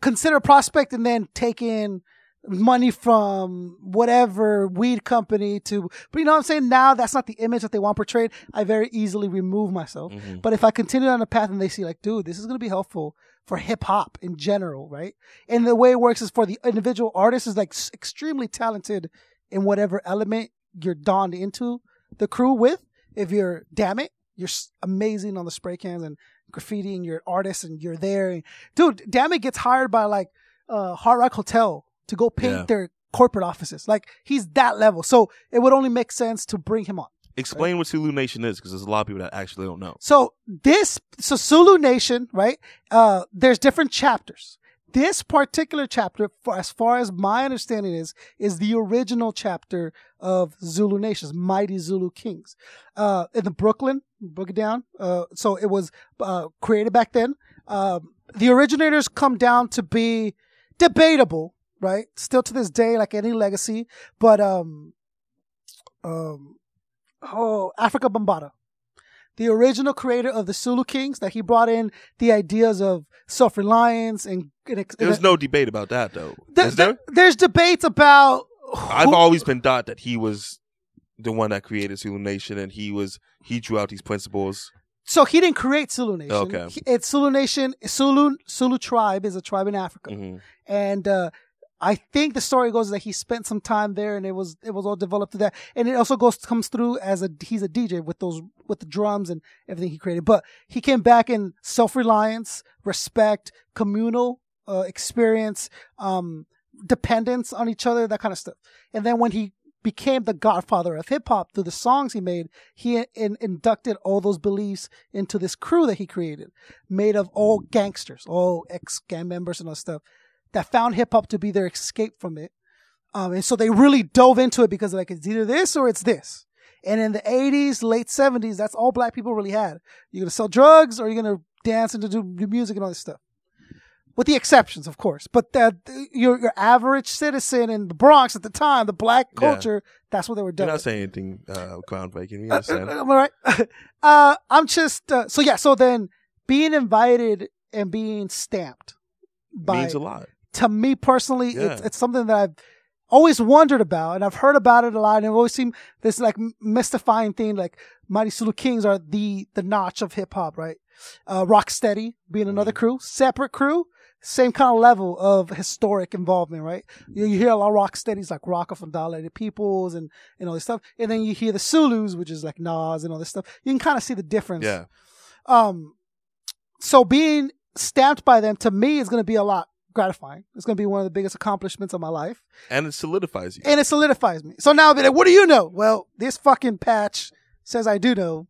Speaker 2: considered a prospect and then taken money from whatever weed company to but you know what I'm saying now that's not the image that they want portrayed I very easily remove myself
Speaker 3: Mhm.
Speaker 2: but if I continue on the path and they see like dude this is going to be helpful for hip hop in general right and the way it works is for the individual artist is like s- extremely talented in whatever element you're donned into the crew with. If you're, damn it, you're s- amazing on the spray cans and graffiti, and you're an artist, and you're there. And, dude, damn it gets hired by like uh, Hard Rock Hotel to go paint
Speaker 3: Yeah.
Speaker 2: their corporate offices. Like he's that level, so it would only make sense to bring him on.
Speaker 3: explain what Sulu Nation is because there's a lot of people that actually don't know.
Speaker 2: So this, so Sulu Nation, right? Uh, there's different chapters. This particular chapter, for as far as my understanding is, is the original chapter of Zulu Nations, Mighty Zulu Kings, uh, in the Brooklyn, broke it down. Uh, so it was uh, created back then. Um, the originators come down to be debatable, right? Still to this day, like any legacy, but um, um, oh, Africa Bambata the original creator of the Sulu Kings, that he brought in the ideas of self reliance and, and, ex-
Speaker 3: There's
Speaker 2: and-
Speaker 3: no debate about that though.
Speaker 2: There-
Speaker 3: Is there?
Speaker 2: there- There's debates about.
Speaker 3: I've
Speaker 2: who-
Speaker 3: always been taught that he was the one that created Sulu Nation, and he was he drew out these principles.
Speaker 2: so he didn't create Sulu Nation.
Speaker 3: Okay.
Speaker 2: He- it's Sulu Nation. Sulu Sulu tribe is a tribe in Africa,
Speaker 3: Mhm.
Speaker 2: and uh, I think the story goes that he spent some time there, and it was it was all developed to that, and it also goes comes through as a he's a DJ with those with the drums and everything he created. But he came back in self reliance, respect, communal uh, experience, um, dependence on each other, that kind of stuff. And then when he became the godfather of hip hop through the songs he made, he in- inducted all those beliefs into this crew that he created, made of all
Speaker 3: Mm.
Speaker 2: gangsters, all ex gang members and all that stuff that found hip hop to be their escape from it. Um, and so they really dove into it because like it's either this or it's this. And in the 80s, late 70s, that's all black people really had. You're gonna sell drugs or you're gonna dance and do- do music and all this stuff with the exceptions, of course. But that your your average citizen in the Bronx at the time, the black culture, that's what they were
Speaker 3: You're
Speaker 2: doing.
Speaker 3: not saying anything uh, groundbreaking. You
Speaker 2: Uh,
Speaker 3: understand?
Speaker 2: uh, I'm all right. uh, I'm just uh, so yeah. So then, being invited and being stamped by
Speaker 3: means a lot.
Speaker 2: to me personally, it's,
Speaker 3: Yeah.
Speaker 2: it's something that I've always wondered about, and I've heard about it a lot, and it always seemed this like m- mystifying thing. Like Mighty Sulu Kings are the the notch of hip hop, right? Uh, Rocksteady being another
Speaker 3: Mm-hmm.
Speaker 2: crew, separate crew, same kind of level of historic involvement, right? You, you hear a lot of Rocksteadies like Rocka from Dilated Peoples and and all this stuff, and then you hear the Zulus, which is like Nas and all this stuff. You can kind of see the difference
Speaker 3: Yeah.
Speaker 2: um so being stamped by them to me is going to be a lot gratifying it's going to be one of the biggest accomplishments of my life
Speaker 3: And it solidifies you.
Speaker 2: and it solidifies me so now i'll be like what do you know well this fucking patch says i do know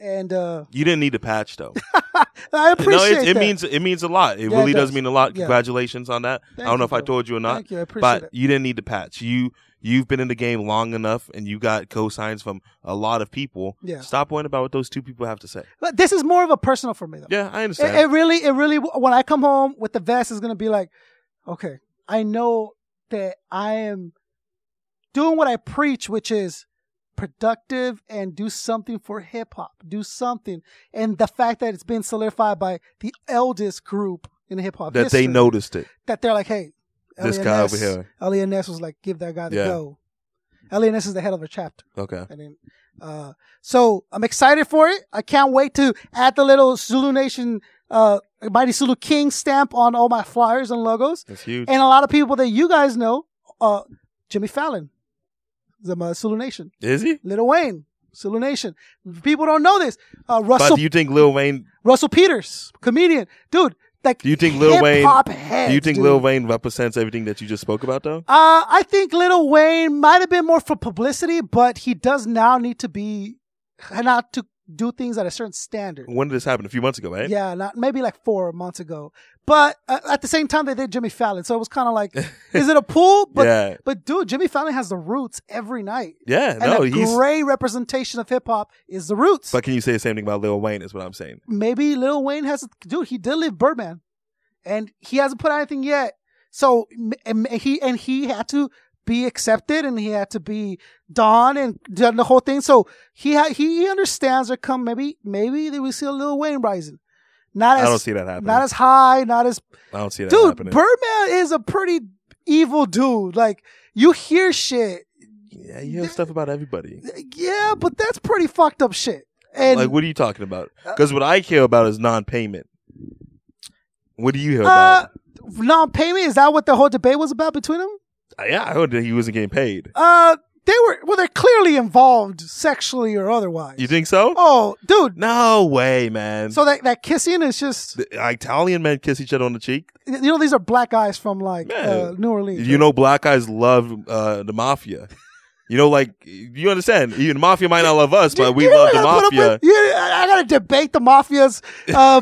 Speaker 2: and uh
Speaker 3: you didn't need a patch though.
Speaker 2: i
Speaker 3: no,
Speaker 2: appreciate
Speaker 3: it, it
Speaker 2: that.
Speaker 3: means it means a lot. It
Speaker 2: Yeah, it
Speaker 3: really does.
Speaker 2: does.
Speaker 3: mean a lot.
Speaker 2: Yeah.
Speaker 3: Congratulations on that. I
Speaker 2: Thank
Speaker 3: don't know
Speaker 2: you,
Speaker 3: if I
Speaker 2: bro.
Speaker 3: told you or not,
Speaker 2: thank you i appreciate
Speaker 3: but
Speaker 2: it
Speaker 3: you didn't need the patch. You you've been in the game long enough, and you got cosigns from a lot of people.
Speaker 2: Yeah.
Speaker 3: Stop worrying about what those two people have to say.
Speaker 2: but this is more of a personal for me though
Speaker 3: Yeah, I understand.
Speaker 2: It, it really, it really. When I come home with the vest, it's gonna be like, okay, I know that I am doing what I preach, which is productive and do something for hip hop, do something, and the fact that it's been solidified by the eldest group in hip hop
Speaker 3: that they
Speaker 2: history,
Speaker 3: noticed it.
Speaker 2: that they're like, hey, E
Speaker 3: This guy over
Speaker 2: LNS
Speaker 3: here.
Speaker 2: LNS was like, give that guy the
Speaker 3: Yeah.
Speaker 2: go. LNS is the head of a chapter.
Speaker 3: Okay.
Speaker 2: I didn't. Uh, so I'm excited for it. I can't wait to add the little Zulu Nation, uh, Mighty Zulu King stamp on all my flyers and logos.
Speaker 3: That's huge.
Speaker 2: And a lot of people that you guys know, uh, Jimmy Fallon, the uh, Zulu Nation,
Speaker 3: Is he?
Speaker 2: Little Wayne, Zulu Nation. People don't know this. Uh, Russell
Speaker 3: But do you think Lil Wayne
Speaker 2: Russell Peters, comedian, dude. like
Speaker 3: Do you think Lil Wayne?
Speaker 2: hip-hop heads,
Speaker 3: Do you think
Speaker 2: dude.
Speaker 3: Lil Wayne represents everything that you just spoke about, though?
Speaker 2: Uh, I think Little Wayne might have been more for publicity, but he does now need to be not to do things at a certain standard.
Speaker 3: When did this happen? A few months ago, right?
Speaker 2: Yeah, not maybe like four months ago. But uh, at the same time, they did Jimmy Fallon, so it was kind of like, is it a pull? But
Speaker 3: Yeah.
Speaker 2: but dude, Jimmy Fallon has the roots every night,
Speaker 3: Yeah,
Speaker 2: and
Speaker 3: no,
Speaker 2: a
Speaker 3: he's.
Speaker 2: great representation of hip hop is the roots.
Speaker 3: But can you say the same thing about Lil Wayne? Is what I'm saying.
Speaker 2: maybe Lil Wayne has dude. He did leave Birdman, and he hasn't put out anything yet. So m- and he and he had to be accepted, and he had to be done and done the whole thing. So he ha- he understands there come maybe maybe they will see a Lil Wayne rising, not
Speaker 3: I
Speaker 2: as
Speaker 3: don't see that happening.
Speaker 2: not as high, not as
Speaker 3: I don't see that
Speaker 2: dude.
Speaker 3: happening.
Speaker 2: Birdman is a pretty evil dude. Like you hear shit,
Speaker 3: yeah, you have stuff about everybody.
Speaker 2: yeah, but that's pretty fucked up shit. And Uh,
Speaker 3: like, what are you talking about? Because what I care about is non-payment. What do you hear
Speaker 2: uh,
Speaker 3: about?
Speaker 2: non-payment is that what the whole debate was about between them?
Speaker 3: Uh, Yeah, I heard that he wasn't getting paid.
Speaker 2: Uh, they were well. They're clearly involved sexually or otherwise.
Speaker 3: You think so?
Speaker 2: Oh, dude.
Speaker 3: No way, man.
Speaker 2: So that that kissing is just
Speaker 3: The Italian men kiss each other on the cheek.
Speaker 2: you know these are black guys from like uh,
Speaker 3: Man.
Speaker 2: New Orleans.
Speaker 3: You know, black guys love uh, the mafia. You know, like you understand. Even the mafia might not love us,
Speaker 2: Do you-
Speaker 3: but
Speaker 2: do
Speaker 3: we
Speaker 2: you know
Speaker 3: love the
Speaker 2: what I put up
Speaker 3: mafia.
Speaker 2: with? Yeah, I I gotta debate the mafia's. Uh,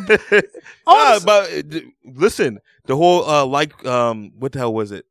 Speaker 2: all
Speaker 3: Nah,
Speaker 2: this-
Speaker 3: but uh, d- listen, the whole uh, like um, what the hell was it?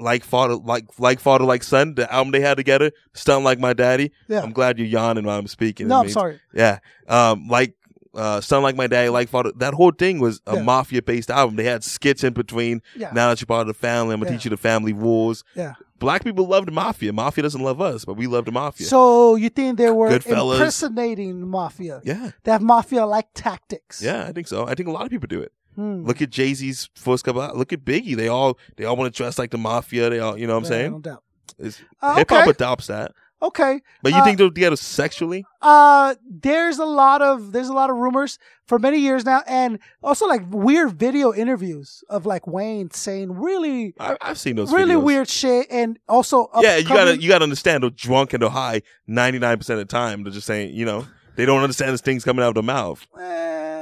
Speaker 3: Like father, like like father, like son. The album they had together, "Stunt Like My Daddy."
Speaker 2: Yeah.
Speaker 3: I'm glad you're yawning while I'm speaking.
Speaker 2: no,
Speaker 3: It
Speaker 2: I'm
Speaker 3: means-
Speaker 2: sorry.
Speaker 3: Yeah, um, like uh, "Stunt Like My Daddy," like father. That whole thing was a
Speaker 2: Yeah.
Speaker 3: mafia-based album. They had skits in between.
Speaker 2: Yeah.
Speaker 3: Now that you're part of the family, I'm gonna
Speaker 2: Yeah.
Speaker 3: teach you the family rules.
Speaker 2: Yeah.
Speaker 3: Black people love the mafia. Mafia doesn't love us, but we love the mafia.
Speaker 2: So you think they were
Speaker 3: Goodfellas.
Speaker 2: impersonating the mafia?
Speaker 3: yeah,
Speaker 2: They have mafia like tactics.
Speaker 3: yeah, I think so. I think a lot of people do it.
Speaker 2: Hmm.
Speaker 3: Look at Jay Z's first couple. al- Look at Biggie. They all they all want to dress like the mafia. They all, you know what I'm
Speaker 2: Yeah, No
Speaker 3: saying?
Speaker 2: doubt.
Speaker 3: It's,
Speaker 2: Uh,
Speaker 3: Hip hop
Speaker 2: okay.
Speaker 3: adopts that.
Speaker 2: Okay.
Speaker 3: But you
Speaker 2: Uh,
Speaker 3: think they're together sexually?
Speaker 2: uh there's a lot of there's a lot of rumors for many years now and also like weird video interviews of like Wayne saying really
Speaker 3: I, I've seen those.
Speaker 2: really
Speaker 3: videos.
Speaker 2: weird shit and also
Speaker 3: Yeah, you gotta
Speaker 2: upcoming-
Speaker 3: you gotta understand they're drunk and they're high ninety nine percent of the time. They're just saying, you know, they don't understand this thing's coming out of their mouth.
Speaker 2: Uh,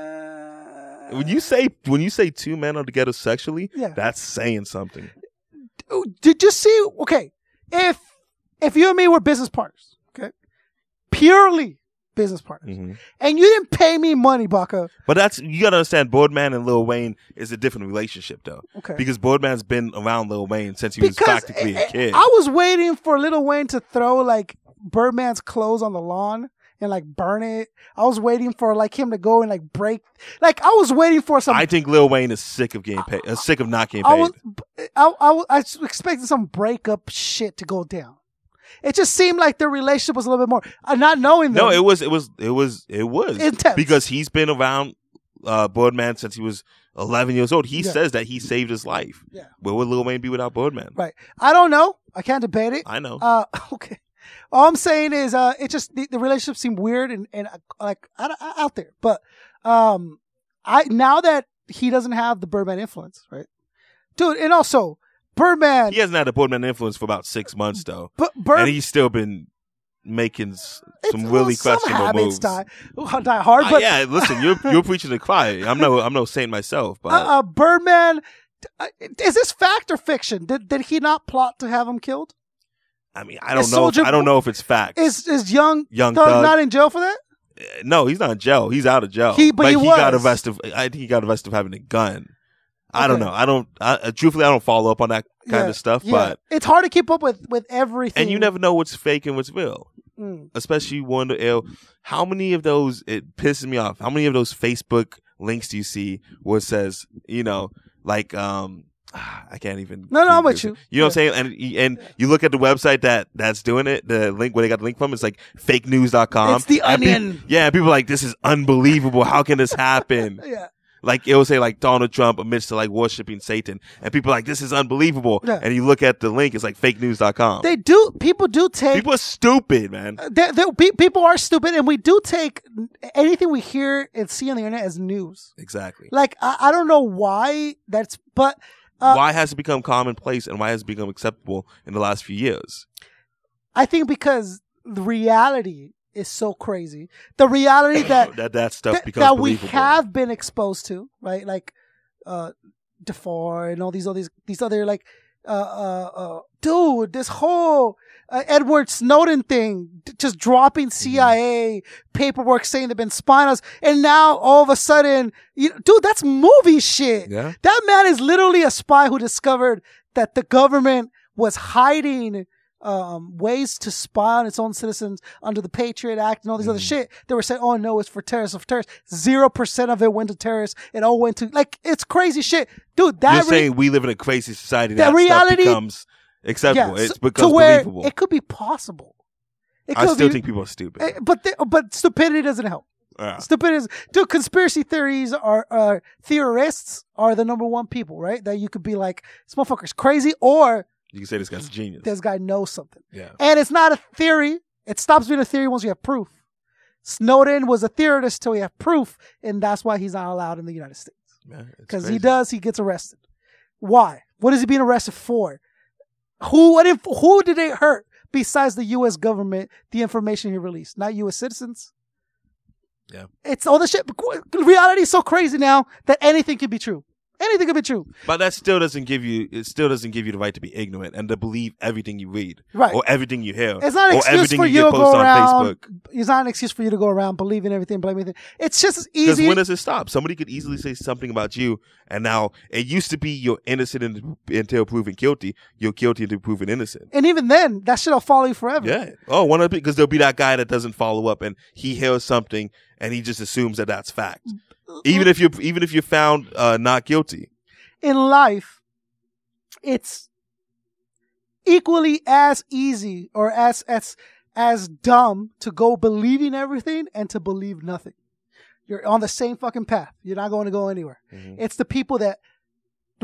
Speaker 3: When you say when you say two men are together sexually,
Speaker 2: Yeah.
Speaker 3: that's saying something.
Speaker 2: Oh, did you see okay if if you and me were business partners okay purely business partners
Speaker 3: Mhm.
Speaker 2: and you didn't pay me money Baka
Speaker 3: But that's you gotta understand. Boardman and Lil Wayne is a different relationship though,
Speaker 2: okay
Speaker 3: because Boardman's been around Lil Wayne since he was practically
Speaker 2: I-
Speaker 3: a kid.
Speaker 2: eh, I was waiting for Little Wayne to throw like Birdman's clothes on the lawn and like burn it. I was waiting for like him to go and like break. Like I was waiting for some.
Speaker 3: I think Lil Wayne is sick of getting paid. Uh, sick of not getting
Speaker 2: I
Speaker 3: paid.
Speaker 2: was I, I was- I was expecting some breakup shit to go down. It just seemed like their relationship was a little bit more. Uh, not knowing them.
Speaker 3: no, it was it was it was it was
Speaker 2: Intense.
Speaker 3: because he's been around uh, Boardman since he was 11 years old. He
Speaker 2: Yeah.
Speaker 3: says that he saved his life.
Speaker 2: Yeah.
Speaker 3: Where would Lil Wayne be without Boardman?
Speaker 2: right. I don't know. I can't debate it.
Speaker 3: I know.
Speaker 2: Uh, okay. All I'm saying is, uh, it just the, the relationship seemed weird and and uh, like out, out there. But um, I now that he doesn't have the Birdman influence, right, dude, and also Birdman,
Speaker 3: he hasn't had a Boardman influence for about six months though,
Speaker 2: but Bird,
Speaker 3: and he's still been making s-
Speaker 2: it's-
Speaker 3: some
Speaker 2: well,
Speaker 3: really
Speaker 2: some
Speaker 3: questionable
Speaker 2: habits
Speaker 3: moves.
Speaker 2: Die, well, die hard,
Speaker 3: Uh,
Speaker 2: but
Speaker 3: yeah, listen, you're you're preaching to the choir. I'm no I'm no saint myself, but
Speaker 2: uh, uh, Birdman, uh, is this fact or fiction? Did did he not plot to have him killed?
Speaker 3: I mean I don't
Speaker 2: is
Speaker 3: know. If,
Speaker 2: Soulja
Speaker 3: I don't know if it's fact.
Speaker 2: Is is young
Speaker 3: Young
Speaker 2: Thug
Speaker 3: Thug.
Speaker 2: not in jail for that?
Speaker 3: Uh, no, he's not in jail. He's out of jail.
Speaker 2: He- but he
Speaker 3: got
Speaker 2: was.
Speaker 3: arrested. I think he got arrested for having a gun. I don't
Speaker 2: Okay.
Speaker 3: know. I don't. I, uh, truthfully, I don't follow up on that kind
Speaker 2: Yeah,
Speaker 3: of stuff. But
Speaker 2: it's hard to keep up with with everything.
Speaker 3: and you never know what's fake and what's real.
Speaker 2: Mm.
Speaker 3: Especially one L. How many of those? It pisses me off. How many of those Facebook links do you see where it says you know like um. I can't even.
Speaker 2: No, no, I'm with you.
Speaker 3: You know what I'm saying, and and you look at the website that that's doing it, the link where they got the link from. It's like fakenews.com.
Speaker 2: It's The
Speaker 3: And pe-
Speaker 2: Onion.
Speaker 3: yeah, and people are like this is unbelievable. How can this happen?
Speaker 2: Yeah.
Speaker 3: Like it will say like Donald Trump admits to like worshiping Satan, and people are like this is unbelievable.
Speaker 2: Yeah.
Speaker 3: And you look at the link, it's like fakenews.com.
Speaker 2: They do. People do take.
Speaker 3: Oh.
Speaker 2: uh,
Speaker 3: people are stupid, man.
Speaker 2: they they pe- people are stupid, and we do take anything we hear and see on the internet as news.
Speaker 3: Exactly.
Speaker 2: Like I, I don't know why that's, but uh,
Speaker 3: why has it become commonplace and why has it become acceptable in the last few years?
Speaker 2: I think because the reality is so crazy. The reality that
Speaker 3: that that stuff
Speaker 2: that,
Speaker 3: becomes
Speaker 2: that we
Speaker 3: believable.
Speaker 2: have been exposed to, right? Like uh, Defoe and all these all these these other like uh, uh, uh, dude, this whole uh, Edward Snowden thing, d- just dropping
Speaker 3: Mm-hmm.
Speaker 2: CIA paperwork saying they've been spying on us, and now all of a sudden, you dude, that's movie shit.
Speaker 5: Yeah.
Speaker 2: That man is literally a spy who discovered that the government was hiding um, ways to spy on its own citizens under the Patriot Act and all these
Speaker 3: Mm.
Speaker 2: other shit. They were saying, "Oh no, it's for terrorists, it's for terrorists." Zero percent of it went to terrorists. It all went to like it's crazy shit, dude. That
Speaker 3: You're
Speaker 2: re-
Speaker 3: saying we live in a crazy society.
Speaker 2: That
Speaker 3: That,
Speaker 2: reality-
Speaker 3: reality becomes acceptable.
Speaker 2: so-
Speaker 3: it's becomes
Speaker 2: to where
Speaker 3: believable.
Speaker 2: It could be possible. It
Speaker 3: I
Speaker 2: could
Speaker 3: still
Speaker 2: be-
Speaker 3: think people are stupid. Uh,
Speaker 2: eh, but the, but stupidity doesn't help.
Speaker 3: Yeah.
Speaker 2: Stupidity, is, dude. Conspiracy theories are uh, theorists are the number one people, right? That you could be like, this motherfucker's crazy, or
Speaker 3: you can say this guy's a genius.
Speaker 2: this guy knows something.
Speaker 5: Yeah.
Speaker 2: And it's not a theory. It stops being a theory once you have proof. Snowden was a theorist till we have proof, and that's why he's not allowed in the United States.
Speaker 3: Man, it's
Speaker 2: Because he
Speaker 3: crazy.
Speaker 2: does, he gets arrested. Why? What is he being arrested for? Who? What if? Who did it hurt besides the U.S. government? The information he released, not U.S. citizens.
Speaker 5: Yeah.
Speaker 2: it's all the shit. Reality is so crazy now that anything can be true. Anything can be true.
Speaker 3: But that still doesn't give you it still doesn't give you the right to be ignorant and to believe everything you read.
Speaker 2: Right.
Speaker 3: Or everything you hear.
Speaker 2: It's not an
Speaker 3: or
Speaker 2: excuse
Speaker 3: everything
Speaker 2: for
Speaker 3: you
Speaker 2: you
Speaker 3: get
Speaker 2: to go
Speaker 3: posted on
Speaker 2: around.
Speaker 3: Facebook.
Speaker 2: It's not an excuse for you to go around believing everything, blaming everything. It's just as
Speaker 3: Because
Speaker 2: easy.
Speaker 3: when does it stop? Somebody could easily say something about you, and now it used to be you're innocent and, until proven guilty. You're guilty until proven innocent.
Speaker 2: and even then, that shit'll follow you forever.
Speaker 3: Yeah. Oh, one of the because there'll be that guy that doesn't follow up, and he hears something, and he just assumes that that's fact.
Speaker 2: Mm-hmm.
Speaker 3: Even if you're even if you're found uh, not guilty,
Speaker 2: in life, it's equally as easy or as as as dumb to go believing everything and to believe nothing. You're on the same fucking path. You're not going to go anywhere. It's the people that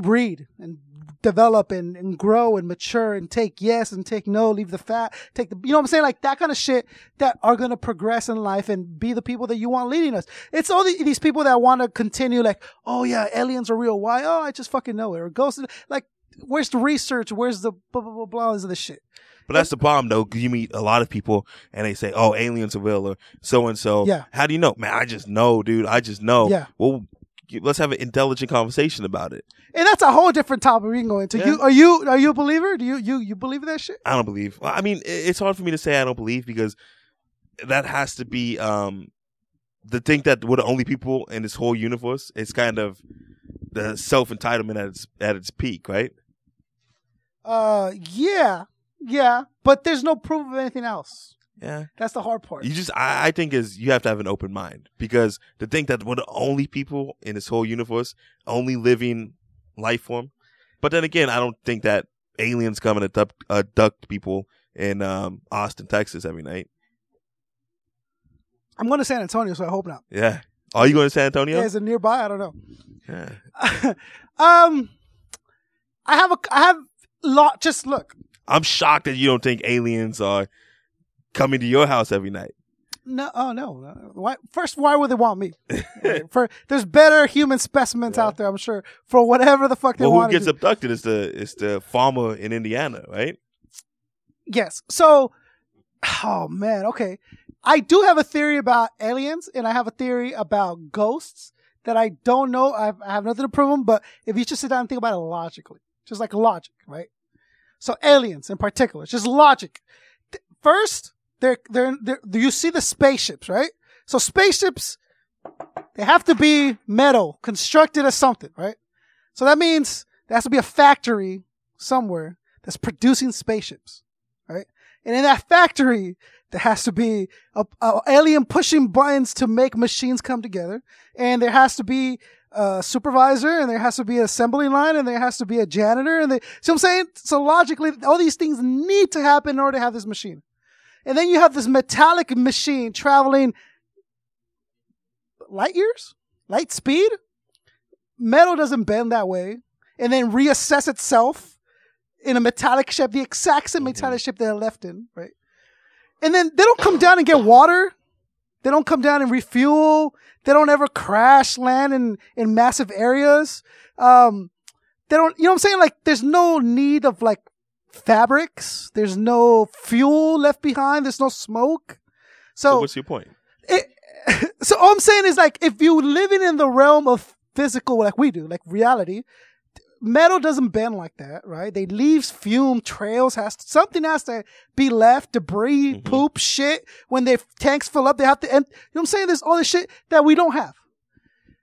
Speaker 2: read and develop and, and grow and mature and take yes and take no, leave the fat, take the, you know what I'm saying? Like that kind of shit that are going to progress in life and be the people that you want leading us. It's all the, these people that want to continue like, oh yeah, aliens are real. Why? Oh, I just fucking know it. Or ghosts. Like, where's the research? Where's the blah, blah, blah, blah, is the shit.
Speaker 3: But that's the problem, though. 'cause You meet a lot of people, and they say, "Oh, aliens are real," or so and so.
Speaker 2: Yeah.
Speaker 3: How do you know, man? I just know, dude. I just know.
Speaker 2: Yeah.
Speaker 3: Well, you- let's have an intelligent conversation about it.
Speaker 2: And that's a whole different topic we can go into.
Speaker 3: Yeah.
Speaker 2: You, are you, are you a believer? Do you, you, you believe in that shit?
Speaker 3: I don't believe. Well, I mean, i- it's hard for me to say I don't believe because that has to be um the think that we're the only people in this whole universe. It's kind of the self entitlement at its at its peak, right?
Speaker 2: Uh, yeah. Yeah. But there's no proof of anything else.
Speaker 3: Yeah.
Speaker 2: That's the hard part.
Speaker 3: You just, I, I think, is you have to have an open mind because to think that we're the only people in this whole universe, only living life form. But then again, I don't think that aliens come and abduct, abduct people in um, Austin, Texas every night.
Speaker 2: I'm going to San Antonio, so I hope not.
Speaker 3: Yeah. Are you going to San Antonio?
Speaker 2: Yeah, is it nearby? I don't know.
Speaker 3: Yeah.
Speaker 2: um, I have a, I have lot. Just look,
Speaker 3: I'm shocked that you don't think aliens are coming to your house every night.
Speaker 2: no, oh no, no. why? First, why would they want me? for there's better human specimens out there, I'm sure, for whatever the fuck they
Speaker 3: Well, who
Speaker 2: want.
Speaker 3: gets
Speaker 2: do.
Speaker 3: abducted is the is the farmer in Indiana, right?
Speaker 2: Yes. So, oh man, okay. I do have a theory about aliens, and I have a theory about ghosts that I don't know. I have, I have nothing to prove them, but if you just sit down and think about it logically, just like logic, right? So aliens in particular, just logic. Th- First, they're, they're, they're you see the spaceships, right? So spaceships, they have to be metal, constructed as something, right? So that means there has to be a factory somewhere that's producing spaceships right? And in that factory, there has to be a, a alien pushing buttons to make machines come together, and there has to be a supervisor, and there has to be an assembly line, and there has to be a janitor, and they, see what I'm saying? So logically, all these things need to happen in order to have this machine, and then you have this metallic machine traveling light years, light speed. Metal doesn't bend that way, and then reassess itself in a metallic shape, the exact same metallic shape they're left in, right? And then they don't come down and get water. They don't come down and refuel. They don't ever crash land in, in massive areas. Um, they don't, you know what I'm saying? Like, there's no need of like fabrics. There's no fuel left behind. There's no smoke.
Speaker 3: So
Speaker 2: So,
Speaker 3: what's your point?
Speaker 2: it, so all I'm saying is like, if you living in the realm of physical like we do, like reality. Metal doesn't bend like that, right? They leaves fume trails has to, something has to be left debris,
Speaker 3: Mhm.
Speaker 2: poop, shit. When their tanks fill up, they have to end. You know what I'm saying? There's all this shit that we don't have.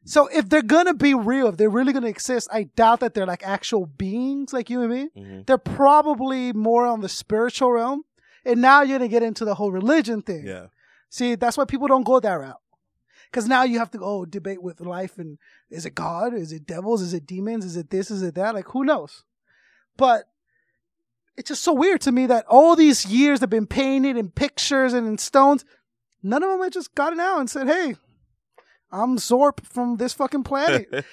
Speaker 2: So if they're gonna be real, if they're really gonna exist, I doubt that they're like actual beings like you and me
Speaker 3: hmm
Speaker 2: they're probably more on the spiritual realm. And now you're gonna get into the whole religion thing.
Speaker 3: Yeah.
Speaker 2: See, that's why people don't go that route. Cause now you have to go oh, debate with life and is it God? Is it devils? Is it demons? Is it this? Is it that? Like who knows? But it's just so weird to me that all these years have been painted in pictures and in stones. None of them have just gotten out and said, Hey, I'm Zorp from this fucking planet.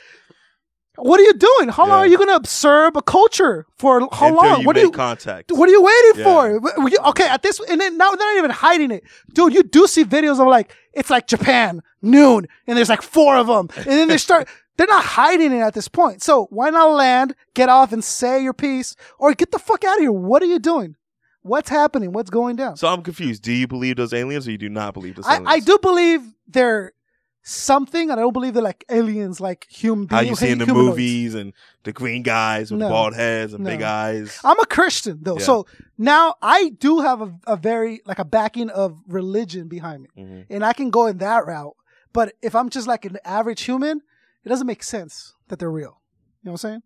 Speaker 2: what are you doing? How long
Speaker 3: Yeah.
Speaker 2: are you gonna observe a culture for how
Speaker 3: Until
Speaker 2: long?
Speaker 3: you
Speaker 2: What do
Speaker 3: make
Speaker 2: you
Speaker 3: contact.
Speaker 2: what are you waiting
Speaker 3: Yeah.
Speaker 2: for? W- w- you- Okay, at this, and then now they're not even hiding it, dude. You do see videos of like it's like Japan noon, and there's like four of them, and then they start. They're not hiding it at this point. So why not land, get off, and say your piece, or get the fuck out of here? What are you doing? What's happening? What's going down?
Speaker 3: so I'm confused. Do you believe those aliens or you do not believe those
Speaker 2: I,
Speaker 3: aliens?
Speaker 2: I do believe they're something, and I don't believe they're like aliens, like human
Speaker 3: How
Speaker 2: beings.
Speaker 3: you see in the
Speaker 2: humanoids.
Speaker 3: movies and the green guys with
Speaker 2: No.
Speaker 3: bald heads and
Speaker 2: No.
Speaker 3: big eyes.
Speaker 2: I'm a Christian though,
Speaker 3: Yeah.
Speaker 2: so now I do have a, a very like a backing of religion behind me.
Speaker 3: Mhm.
Speaker 2: and I can go in that route. But if I'm just like an average human, it doesn't make sense that they're real. You know what I'm saying?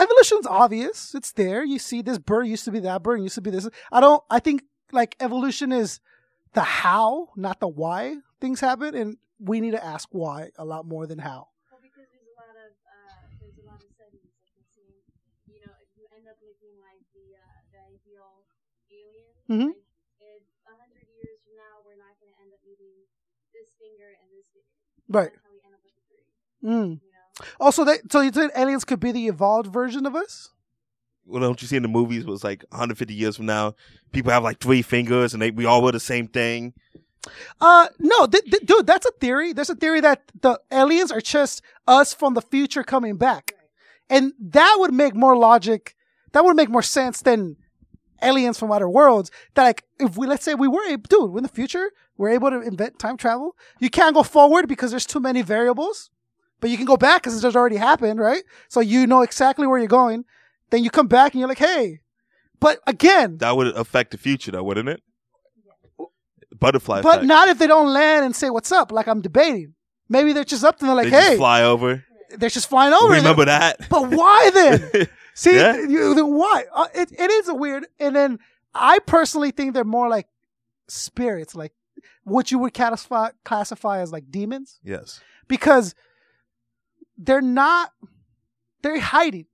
Speaker 2: Evolution's obvious. It's there. You see, this bird used to be that bird, used to be this. I don't. I think like evolution is the how, not the why things happen, and we need to ask why a lot more than how.
Speaker 4: Well, because there's a lot of uh, there's a lot of studies that can see, you know, if you end up looking like the uh, the ideal alien,
Speaker 2: Mhm.
Speaker 4: like if a hundred years from now we're not going to end up eating this finger and this finger,
Speaker 2: Right.
Speaker 4: That's how we end up with the three,
Speaker 2: Mm.
Speaker 4: you know.
Speaker 2: Also, they, so you think aliens could be the evolved version of us?
Speaker 3: Well, don't you see in the movies was like 150 years from now, people have like three fingers and they we all wear the same thing.
Speaker 2: Uh, no, th- th- dude, that's a theory. There's a theory that the aliens are just us from the future coming back, and that would make more logic. That would make more sense than aliens from other worlds. That like, if we let's say we were, able, dude, in the future we're able to invent time travel. You can't go forward because there's too many variables, but you can go back because it has already happened, right? So you know exactly where you're going. Then you come back and you're like, hey, but again,
Speaker 3: That would affect the future, though, wouldn't it? Butterfly
Speaker 2: but
Speaker 3: effect.
Speaker 2: not if they don't land and say what's up. Like I'm debating. Maybe they're just up to them, like,
Speaker 3: they
Speaker 2: hey,
Speaker 3: just fly over.
Speaker 2: they're just flying over.
Speaker 3: Remember
Speaker 2: them.
Speaker 3: that?
Speaker 2: But why then? See,
Speaker 3: Yeah.
Speaker 2: you, then why? Uh, it, it is a weird. And then I personally think they're more like spirits, like what you would classify classify as like demons,
Speaker 3: yes.
Speaker 2: because they're not. They're hiding.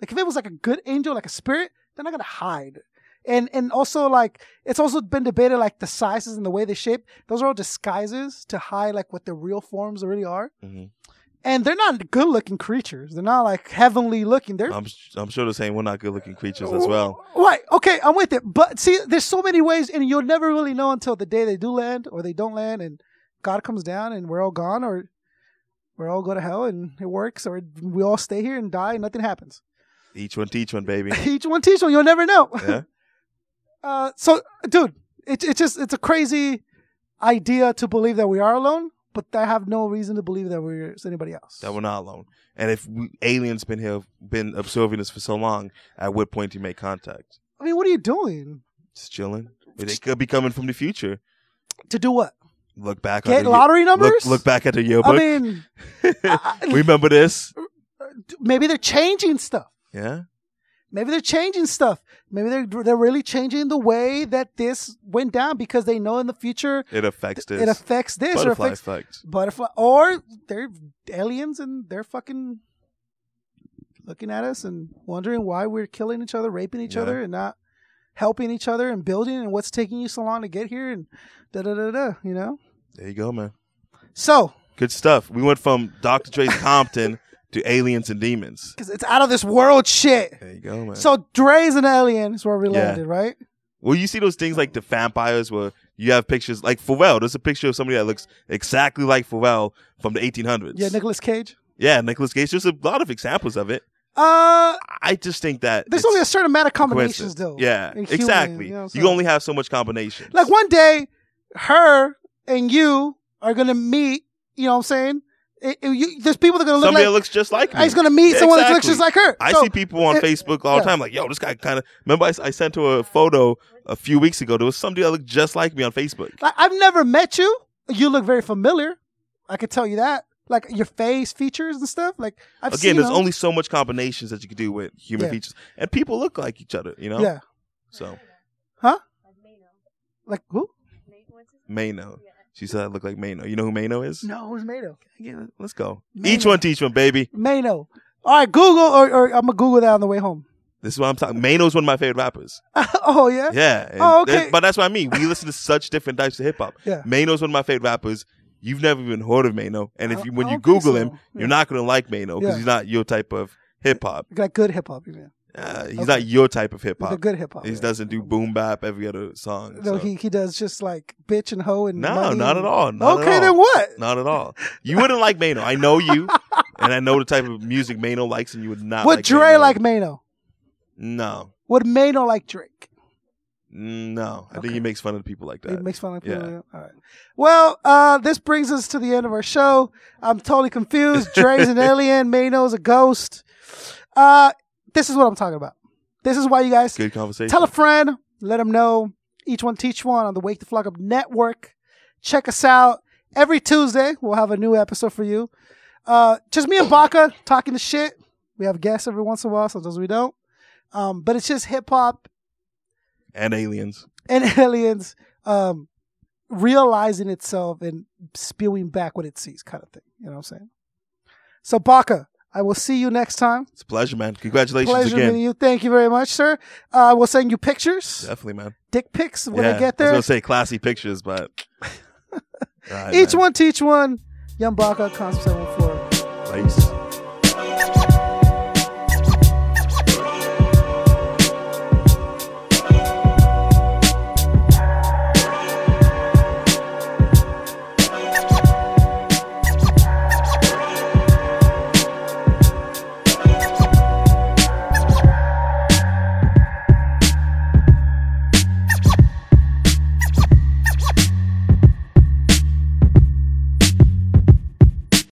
Speaker 2: Like if it was like a good angel, like a spirit, they're not gonna hide. And and also like it's also been debated like the sizes and the way they shape. Those are all disguises to hide like what their real forms really are
Speaker 3: Mhm.
Speaker 2: and they're not good looking creatures. They're not like heavenly looking. They're
Speaker 3: I'm I'm sure they're saying we're not good looking creatures as well.
Speaker 2: Right. Okay, I'm with it. But see, there's so many ways, and you'll never really know until the day they do land or they don't land, and God comes down, and we're all gone, or we're all go to hell, and it works, or we all stay here and die, and nothing happens.
Speaker 3: Each one teach one, baby.
Speaker 2: Each one teach one. You'll never know.
Speaker 3: Yeah.
Speaker 2: Uh, so, dude, it, it's just it's a crazy idea to believe that we are alone, but I have no reason to believe that we're it's anybody else.
Speaker 3: that we're not alone. And if we, aliens been here, been observing us for so long, at what point do you make contact?
Speaker 2: I mean, what are you doing
Speaker 3: Just chilling. They could be coming from the future.
Speaker 2: to do what?
Speaker 3: Look back.
Speaker 2: Get
Speaker 3: on the
Speaker 2: lottery
Speaker 3: look-
Speaker 2: numbers.
Speaker 3: Look, back at the yearbook.
Speaker 2: I mean, I- I-
Speaker 3: Remember this?
Speaker 2: maybe they're changing stuff.
Speaker 3: Yeah.
Speaker 2: Maybe they're changing stuff. Maybe they're they're really changing the way that this went down because they know in the future
Speaker 3: It affects this.
Speaker 2: it affects this
Speaker 3: Butterfly
Speaker 2: or affects
Speaker 3: effect.
Speaker 2: butterfly, or they're aliens and they're fucking looking at us and wondering why we're killing each other, raping each
Speaker 3: Yeah.
Speaker 2: other, and not helping each other and building and what's taking you so long to get here and da da da da. You know.
Speaker 3: There you go, man.
Speaker 2: So
Speaker 3: Good stuff. We went from Dr. Dre's Compton to aliens and demons.
Speaker 2: because it's out of this world shit.
Speaker 3: There you go, man.
Speaker 2: So Dre's an alien is where we landed, right?
Speaker 3: Well, you see those things like the vampires where you have pictures like Pharrell. There's a picture of somebody that looks exactly like Pharrell from the 1800s.
Speaker 2: Yeah, Nicolas Cage.
Speaker 3: yeah, Nicholas Cage. There's a lot of examples of it.
Speaker 2: Uh,
Speaker 3: I just think that
Speaker 2: there's
Speaker 3: it's
Speaker 2: only a certain amount of combinations,
Speaker 3: coincidence.
Speaker 2: though.
Speaker 3: Yeah,
Speaker 2: in human,
Speaker 3: exactly.
Speaker 2: you know what I'm
Speaker 3: You,
Speaker 2: saying?
Speaker 3: only have so much combination.
Speaker 2: like one day, her and you are gonna meet. You know what I'm saying? It- it- you- there's people that are gonna look
Speaker 3: Somebody that
Speaker 2: like ah,
Speaker 3: looks just like me.
Speaker 2: he's gonna meet
Speaker 3: Yeah,
Speaker 2: someone that looks
Speaker 3: exactly.
Speaker 2: just like her.
Speaker 3: I
Speaker 2: So,
Speaker 3: see people on
Speaker 2: it-
Speaker 3: Facebook all the
Speaker 2: yeah.
Speaker 3: time like, yo, this guy kind of. Remember, I, I sent her a photo a few weeks ago. There was somebody that looked just like me on Facebook.
Speaker 2: Like, I've never met you. You look very familiar. I could tell you that. Like your face features and stuff. Like I've seen
Speaker 3: Again, there's
Speaker 2: them.
Speaker 3: only so much combinations that you can do with human
Speaker 2: Yeah.
Speaker 3: features, and people look like each other, you know.
Speaker 2: yeah.
Speaker 3: So
Speaker 2: Huh?
Speaker 4: Like Mano.
Speaker 2: Like who?
Speaker 4: Nate, what's his name?
Speaker 3: Mano, she said I look like Mano. You know who Mano is?
Speaker 2: No, who's Mano?
Speaker 3: Yeah, let's go.
Speaker 2: Mano.
Speaker 3: Each one teach one, baby.
Speaker 2: Mano. All right, Google or, or I'm gonna Google that on the way home.
Speaker 3: This is what I'm talking. Mano's one of my favorite rappers.
Speaker 2: oh yeah.
Speaker 3: Yeah. and
Speaker 2: Oh,
Speaker 3: that-
Speaker 2: okay.
Speaker 3: but that's what I mean. We listen to such different types of hip hop.
Speaker 2: Yeah.
Speaker 3: Mano's one of my favorite rappers. You've never even heard of Mano, and if
Speaker 2: I-
Speaker 3: you when
Speaker 2: I
Speaker 3: you
Speaker 2: don't think so.
Speaker 3: Google him,
Speaker 2: Yeah.
Speaker 3: you're not gonna like Mano because
Speaker 2: Yeah.
Speaker 3: he's not your type of hip hop.
Speaker 2: Like good hip hop, you mean?
Speaker 3: Uh, he's
Speaker 2: Okay.
Speaker 3: not your type of hip
Speaker 2: Like a
Speaker 3: hop.
Speaker 2: good hip hop.
Speaker 3: He
Speaker 2: yeah.
Speaker 3: doesn't do boom bap every other song.
Speaker 2: No,
Speaker 3: so.
Speaker 2: he he does just like bitch and hoe and
Speaker 3: No,
Speaker 2: money
Speaker 3: not
Speaker 2: and-
Speaker 3: at all. Not
Speaker 2: okay,
Speaker 3: at all.
Speaker 2: then what?
Speaker 3: Not at all. You wouldn't like Mano. I know you, and I know the type of music Mano likes, and you would not.
Speaker 2: Would
Speaker 3: like
Speaker 2: Dre
Speaker 3: Mano.
Speaker 2: like Mano?
Speaker 3: No,
Speaker 2: Would Mano like Drake?
Speaker 3: no. I think he makes fun of people like
Speaker 2: It
Speaker 3: that.
Speaker 2: makes fun of
Speaker 3: yeah.
Speaker 2: people. All right. Well, uh, this brings us to the end of our show. I'm totally confused. Dre's an alien. Mano's a ghost. Uh, this is what I'm talking about. This is why you guys
Speaker 3: Good conversation.
Speaker 2: Tell a friend, let them know. Each one teach one on the Wake the Flock Up Network. Check us out every Tuesday. We'll have a new episode for you. Uh, just me and Baka talking the shit. We have guests every once in a while, sometimes we don't. Um, but it's just hip hop
Speaker 3: and aliens.
Speaker 2: and aliens um, realizing itself and spewing back what it sees, kind of thing. You know what I'm saying? So Baka, I will see you next time.
Speaker 3: It's a pleasure, man. Congratulations
Speaker 2: Pleasure
Speaker 3: again.
Speaker 2: meeting you. Thank you very much, sir. Uh, we'll send you pictures,
Speaker 3: Definitely, man.
Speaker 2: dick pics when
Speaker 3: yeah.
Speaker 2: I get there.
Speaker 3: was gonna say classy pictures, but All right,
Speaker 2: Each
Speaker 3: man.
Speaker 2: one teach one. Young Baka, Concept 714.
Speaker 3: Peace.